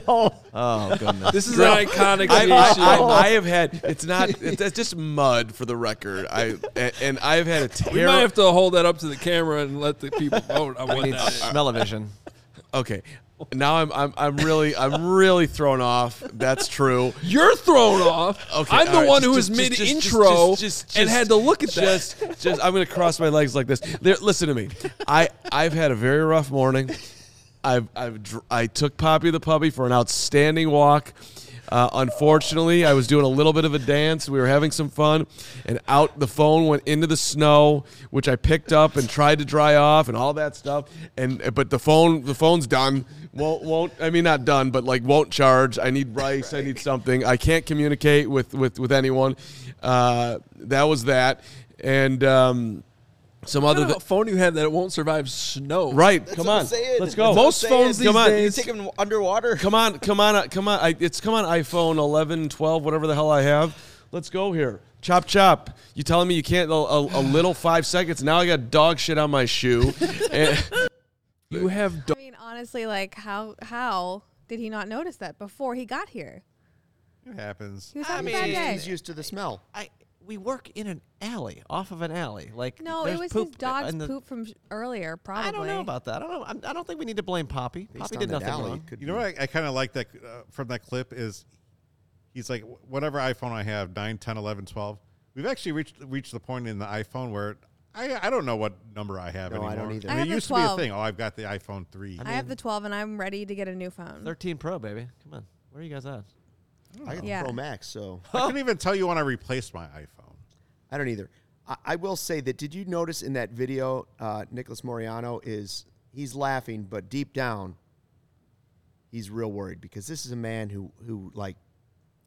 [SPEAKER 4] no.
[SPEAKER 3] Oh, goodness.
[SPEAKER 7] This is an iconic
[SPEAKER 8] I,
[SPEAKER 7] issue.
[SPEAKER 8] I, I, I have had it's not it's, it's just mud for the record. I and, and I've had a
[SPEAKER 7] we might
[SPEAKER 8] terrible.
[SPEAKER 7] have to hold that up to the camera and let the people vote on what
[SPEAKER 3] I mean,
[SPEAKER 7] that is.
[SPEAKER 3] smell-o-vision.
[SPEAKER 8] Okay, now I'm, I'm I'm really I'm really thrown off. That's true.
[SPEAKER 7] You're thrown off.
[SPEAKER 8] Okay,
[SPEAKER 7] I'm the
[SPEAKER 8] all right,
[SPEAKER 7] one
[SPEAKER 8] just-
[SPEAKER 7] who was
[SPEAKER 8] just-
[SPEAKER 7] mid
[SPEAKER 8] just- just-
[SPEAKER 7] intro
[SPEAKER 8] just- just-
[SPEAKER 7] and
[SPEAKER 8] just-
[SPEAKER 7] had to look at that.
[SPEAKER 8] just, Just I'm gonna cross my legs like this. There, listen to me. I I've had a very rough morning. I've I've dr- I took Poppy the puppy for an outstanding walk. Uh, unfortunately, I was doing a little bit of a dance. We were having some fun, and out the phone went into the snow, which I picked up and tried to dry off and all that stuff. And but the phone, the phone's done. Won't won't. I mean, not done, but like won't charge. I need rice. I need something. I can't communicate with with with anyone. Uh, that was that, and um, some
[SPEAKER 7] What
[SPEAKER 8] other.
[SPEAKER 7] kind of a phone you had that it won't survive snow.
[SPEAKER 8] Right, come
[SPEAKER 3] what I'm
[SPEAKER 8] on,
[SPEAKER 3] saying.
[SPEAKER 8] let's
[SPEAKER 3] That's
[SPEAKER 8] go.
[SPEAKER 3] what I'm
[SPEAKER 8] Most
[SPEAKER 3] saying.
[SPEAKER 8] phones these
[SPEAKER 3] Come on.
[SPEAKER 8] days,
[SPEAKER 3] Take him underwater.
[SPEAKER 8] Come on, come on, uh, come on. I, it's come on iPhone 11, 12, whatever the hell I have. Let's go here. Chop, chop. You telling me you can't a, a, a little five seconds? Now I got dog shit on my shoe. And-
[SPEAKER 7] You have
[SPEAKER 5] I mean, honestly, like how how did he not notice that before he got here?
[SPEAKER 1] It happens.
[SPEAKER 5] He was
[SPEAKER 3] I
[SPEAKER 5] having a
[SPEAKER 3] mean,
[SPEAKER 5] bad
[SPEAKER 4] He's
[SPEAKER 5] day.
[SPEAKER 4] used to the smell.
[SPEAKER 3] I we work in an alley, off of an alley. Like
[SPEAKER 5] No,
[SPEAKER 3] there's
[SPEAKER 5] it was his
[SPEAKER 3] poop
[SPEAKER 5] dog's
[SPEAKER 3] in the-
[SPEAKER 5] poop from sh- earlier, probably.
[SPEAKER 3] I don't know about that. I don't know. I'm- I don't think we need to blame Poppy.
[SPEAKER 4] Based
[SPEAKER 3] Poppy
[SPEAKER 4] on
[SPEAKER 3] did
[SPEAKER 4] that
[SPEAKER 3] nothing
[SPEAKER 4] alley,
[SPEAKER 3] wrong.
[SPEAKER 4] could
[SPEAKER 1] You know
[SPEAKER 4] be.
[SPEAKER 1] what I, I kind of like that uh, from that clip is he's like "Wh- whatever iPhone I have 9 10 11 12 we've actually reached reached the point in the iPhone where I I don't know what number I have
[SPEAKER 4] No, I
[SPEAKER 1] anymore.
[SPEAKER 4] don't either.
[SPEAKER 5] I
[SPEAKER 1] I mean,
[SPEAKER 5] have
[SPEAKER 1] it
[SPEAKER 5] a
[SPEAKER 1] used to
[SPEAKER 5] 12.
[SPEAKER 1] be a thing. Oh, I've got the iPhone 3.
[SPEAKER 5] I have the 12 and I'm ready to get a new phone.
[SPEAKER 3] 13 Pro, baby. Come on. Where are you guys at?
[SPEAKER 4] I got
[SPEAKER 5] Yeah.
[SPEAKER 4] the Pro Max, so
[SPEAKER 1] I couldn't even tell you when I replaced my iPhone.
[SPEAKER 4] I don't either. I, I will say that. Did you notice in that video, uh, Nicholas Moriano is he's laughing, but deep down, he's real worried because this is a man who who like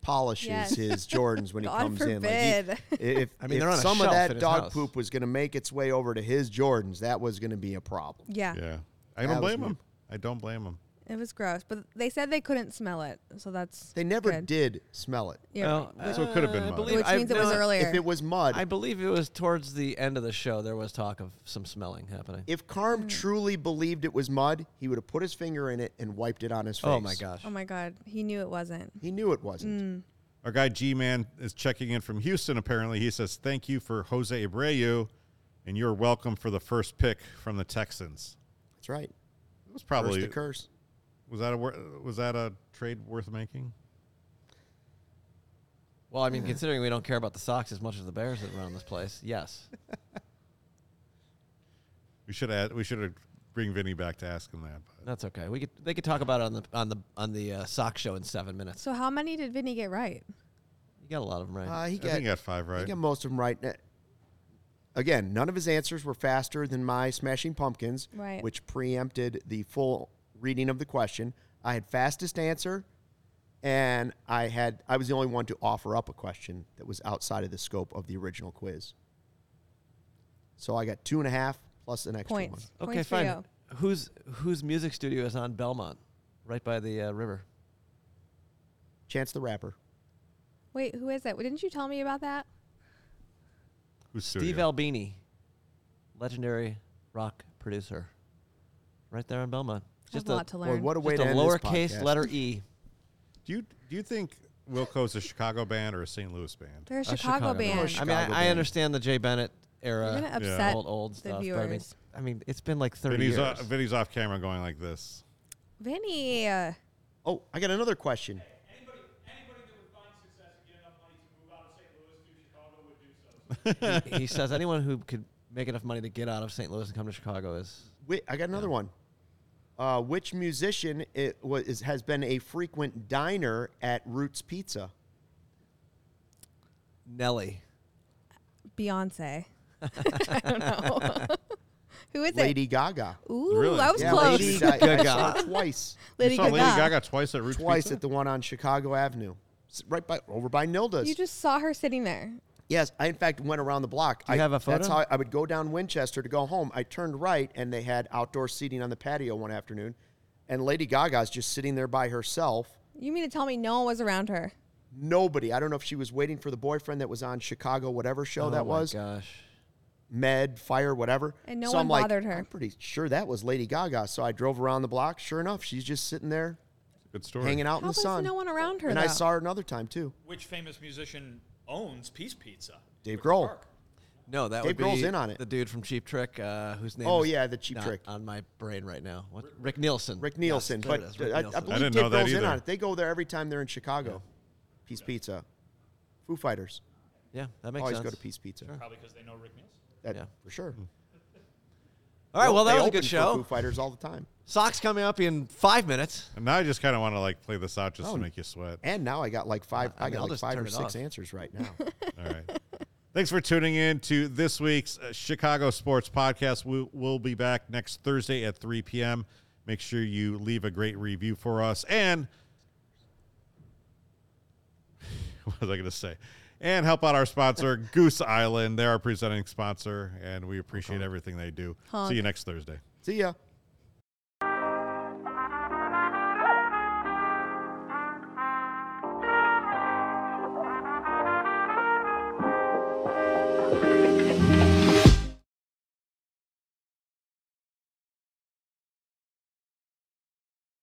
[SPEAKER 4] polishes
[SPEAKER 5] Yes.
[SPEAKER 4] his Jordans when he
[SPEAKER 5] God
[SPEAKER 4] comes in.
[SPEAKER 5] forbid.
[SPEAKER 4] Like he- if
[SPEAKER 3] I mean,
[SPEAKER 4] if
[SPEAKER 3] they're on a
[SPEAKER 4] some of
[SPEAKER 3] shelf in
[SPEAKER 4] that
[SPEAKER 3] his
[SPEAKER 4] dog
[SPEAKER 3] house.
[SPEAKER 4] poop was going to make its way over to his Jordans, that was going to be a problem.
[SPEAKER 5] Yeah,
[SPEAKER 1] Yeah. I
[SPEAKER 4] That
[SPEAKER 1] don't
[SPEAKER 4] was
[SPEAKER 1] blame
[SPEAKER 4] weird.
[SPEAKER 1] him. I don't blame him.
[SPEAKER 5] it was gross, but they said they couldn't smell it, so that's
[SPEAKER 4] They never
[SPEAKER 5] good.
[SPEAKER 4] did smell it.
[SPEAKER 5] Yeah,
[SPEAKER 1] So it could have been mud.
[SPEAKER 5] which
[SPEAKER 3] I've
[SPEAKER 5] means it was
[SPEAKER 3] known-
[SPEAKER 5] earlier.
[SPEAKER 4] If it was mud,
[SPEAKER 3] I believe it was towards the end of the show. There was talk of some smelling happening.
[SPEAKER 4] if Carm
[SPEAKER 5] Mm.
[SPEAKER 4] truly believed it was mud, he would have put his finger in it and wiped it on his face.
[SPEAKER 3] oh my gosh.
[SPEAKER 5] oh my god, he knew it wasn't.
[SPEAKER 4] He knew it wasn't.
[SPEAKER 5] Mm.
[SPEAKER 1] Our guy G Man is checking in from Houston. Apparently, he says thank you for Jose Abreu, and you're welcome for the first pick from the Texans.
[SPEAKER 4] That's right.
[SPEAKER 1] It was probably
[SPEAKER 4] Curse to curse.
[SPEAKER 1] was that a wor- was that a trade worth making?
[SPEAKER 3] Well, I mean, considering we don't care about the socks as much as the Bears that run this place, yes.
[SPEAKER 1] We should add, we should bring Vinny back to ask him that. But
[SPEAKER 3] That's okay. We could they could talk about it on the on the on the uh, sock show in seven minutes.
[SPEAKER 5] So how many did Vinny get right?
[SPEAKER 3] You got a lot of them right.
[SPEAKER 4] Uh, he
[SPEAKER 1] I
[SPEAKER 4] got,
[SPEAKER 1] think he got five
[SPEAKER 4] he
[SPEAKER 1] right.
[SPEAKER 4] got most of them right. Uh, Again, none of his answers were faster than my Smashing Pumpkins,
[SPEAKER 5] Right.
[SPEAKER 4] which preempted the full reading of the question. I had fastest answer, and I had I was the only one to offer up a question that was outside of the scope of the original quiz. So I got two and a half plus an extra one.
[SPEAKER 5] Points.
[SPEAKER 3] okay,
[SPEAKER 5] Points
[SPEAKER 3] fine.
[SPEAKER 5] for you.
[SPEAKER 3] Whose whose music studio is on Belmont, right by the uh, river?
[SPEAKER 4] Chance the Rapper.
[SPEAKER 5] Wait, who is that? Didn't you tell me about that?
[SPEAKER 1] Who's
[SPEAKER 3] Steve
[SPEAKER 1] studio?
[SPEAKER 3] Albini, legendary rock producer, right there in Belmont.
[SPEAKER 5] I have a lot to learn.
[SPEAKER 4] Boy, what a way
[SPEAKER 3] just
[SPEAKER 4] to
[SPEAKER 3] a
[SPEAKER 4] end this
[SPEAKER 3] lowercase
[SPEAKER 4] podcast.
[SPEAKER 3] letter E.
[SPEAKER 1] Do you do you think Wilco's a Chicago band or a St. Louis band?
[SPEAKER 5] They're a
[SPEAKER 3] Uh,
[SPEAKER 5] Chicago, band.
[SPEAKER 4] Bush.
[SPEAKER 3] I mean,
[SPEAKER 4] Oh, Chicago
[SPEAKER 3] I, I
[SPEAKER 4] band.
[SPEAKER 3] understand the Jay Bennett
[SPEAKER 5] You're
[SPEAKER 3] era,
[SPEAKER 5] gonna
[SPEAKER 1] Yeah.
[SPEAKER 5] upset
[SPEAKER 3] old old
[SPEAKER 5] the
[SPEAKER 3] stuff. But I mean,
[SPEAKER 5] viewers.
[SPEAKER 3] I mean, it's been like thirty
[SPEAKER 1] Vinny's,
[SPEAKER 3] years.
[SPEAKER 1] uh, Vinny's off camera going like this.
[SPEAKER 5] Vinny, uh,
[SPEAKER 4] Oh, I got another question.
[SPEAKER 3] he, he says anyone who could make enough money to get out of St. Louis and come to Chicago is
[SPEAKER 4] Wait, I got another one. Uh, which musician it was, is, has been a frequent diner at Roots Pizza?
[SPEAKER 3] Nelly.
[SPEAKER 5] Beyonce. I don't know. Who is
[SPEAKER 4] Lady Gaga.
[SPEAKER 5] it? Ooh,
[SPEAKER 1] Really?
[SPEAKER 5] I was
[SPEAKER 4] Yeah,
[SPEAKER 5] close.
[SPEAKER 4] Lady
[SPEAKER 5] Lady,
[SPEAKER 4] Gaga. I saw her twice.
[SPEAKER 1] you saw Lady Gaga twice at Roots
[SPEAKER 4] Twice
[SPEAKER 1] Pizza?
[SPEAKER 4] at the one on Chicago Avenue, S- right by over by Nilda's.
[SPEAKER 5] You just saw her sitting there.
[SPEAKER 4] yes, I in fact went around the block.
[SPEAKER 3] Do you
[SPEAKER 4] I
[SPEAKER 3] have a
[SPEAKER 4] That's
[SPEAKER 3] photo?
[SPEAKER 4] how I, I would go down Winchester to go home. I turned right, and they had outdoor seating on the patio one afternoon, and Lady Gaga's just sitting there by herself.
[SPEAKER 5] You mean to tell me no one was around her?
[SPEAKER 4] Nobody. I don't know if she was waiting for the boyfriend that was on Chicago, whatever show
[SPEAKER 3] Oh
[SPEAKER 4] that
[SPEAKER 3] my
[SPEAKER 4] was.
[SPEAKER 3] gosh.
[SPEAKER 4] med, fire, whatever.
[SPEAKER 5] And no
[SPEAKER 4] so
[SPEAKER 5] one
[SPEAKER 4] I'm like,
[SPEAKER 5] bothered her.
[SPEAKER 4] I'm pretty sure that was Lady Gaga. So I drove around the block. Sure enough, she's just sitting there
[SPEAKER 1] Good story.
[SPEAKER 4] hanging out in the
[SPEAKER 5] How was
[SPEAKER 4] sun.
[SPEAKER 5] no one around her?
[SPEAKER 4] and
[SPEAKER 5] though?
[SPEAKER 4] I saw her another time too.
[SPEAKER 2] Which famous musician owns Peace Pizza?
[SPEAKER 4] Dave Grohl. Park.
[SPEAKER 3] No, that
[SPEAKER 4] Dave
[SPEAKER 3] would be
[SPEAKER 4] Grohl's in on it.
[SPEAKER 3] the dude from Cheap Trick, uh, whose name
[SPEAKER 4] Oh,
[SPEAKER 3] is
[SPEAKER 4] yeah, the Cheap
[SPEAKER 3] not
[SPEAKER 4] Trick.
[SPEAKER 3] on my brain right now. What? Rick Nielsen.
[SPEAKER 4] Rick Nielson.
[SPEAKER 3] Yes, there it is, Rick
[SPEAKER 4] but uh, I, I
[SPEAKER 3] Nielsen.
[SPEAKER 4] believe
[SPEAKER 1] didn't
[SPEAKER 4] Dave
[SPEAKER 1] know that
[SPEAKER 4] Grohl's in
[SPEAKER 1] either.
[SPEAKER 4] on it. They go there every time they're in Chicago. Peace Pizza. Foo Fighters.
[SPEAKER 3] yeah, that makes
[SPEAKER 4] Always
[SPEAKER 3] sense.
[SPEAKER 4] go to Peace Pizza.
[SPEAKER 2] Probably because they know Rick Nielsen.
[SPEAKER 4] That,
[SPEAKER 3] Yeah.
[SPEAKER 4] For sure.
[SPEAKER 3] All right, well, that
[SPEAKER 4] They
[SPEAKER 3] was a
[SPEAKER 4] open
[SPEAKER 3] good
[SPEAKER 4] for Foo
[SPEAKER 3] show.
[SPEAKER 4] Fighters all the time.
[SPEAKER 3] Socks coming up in five minutes.
[SPEAKER 1] And now I just kind of want to like play this out just
[SPEAKER 4] Oh,
[SPEAKER 1] to make you sweat.
[SPEAKER 4] And now I got like five.
[SPEAKER 3] I
[SPEAKER 4] I,
[SPEAKER 3] mean,
[SPEAKER 4] got
[SPEAKER 3] I'll
[SPEAKER 4] like
[SPEAKER 3] just
[SPEAKER 4] five
[SPEAKER 3] turn
[SPEAKER 4] or
[SPEAKER 3] it
[SPEAKER 4] six
[SPEAKER 3] off.
[SPEAKER 4] answers right now.
[SPEAKER 1] All right. Thanks for tuning in to this week's uh, Chicago Sports Podcast. We will be back next Thursday at 3 p.m. Make sure you leave a great review for us. And what was I going to say? And help out our sponsor, Goose Island. They're our presenting sponsor, and we appreciate everything they do. See you next Thursday.
[SPEAKER 4] See ya.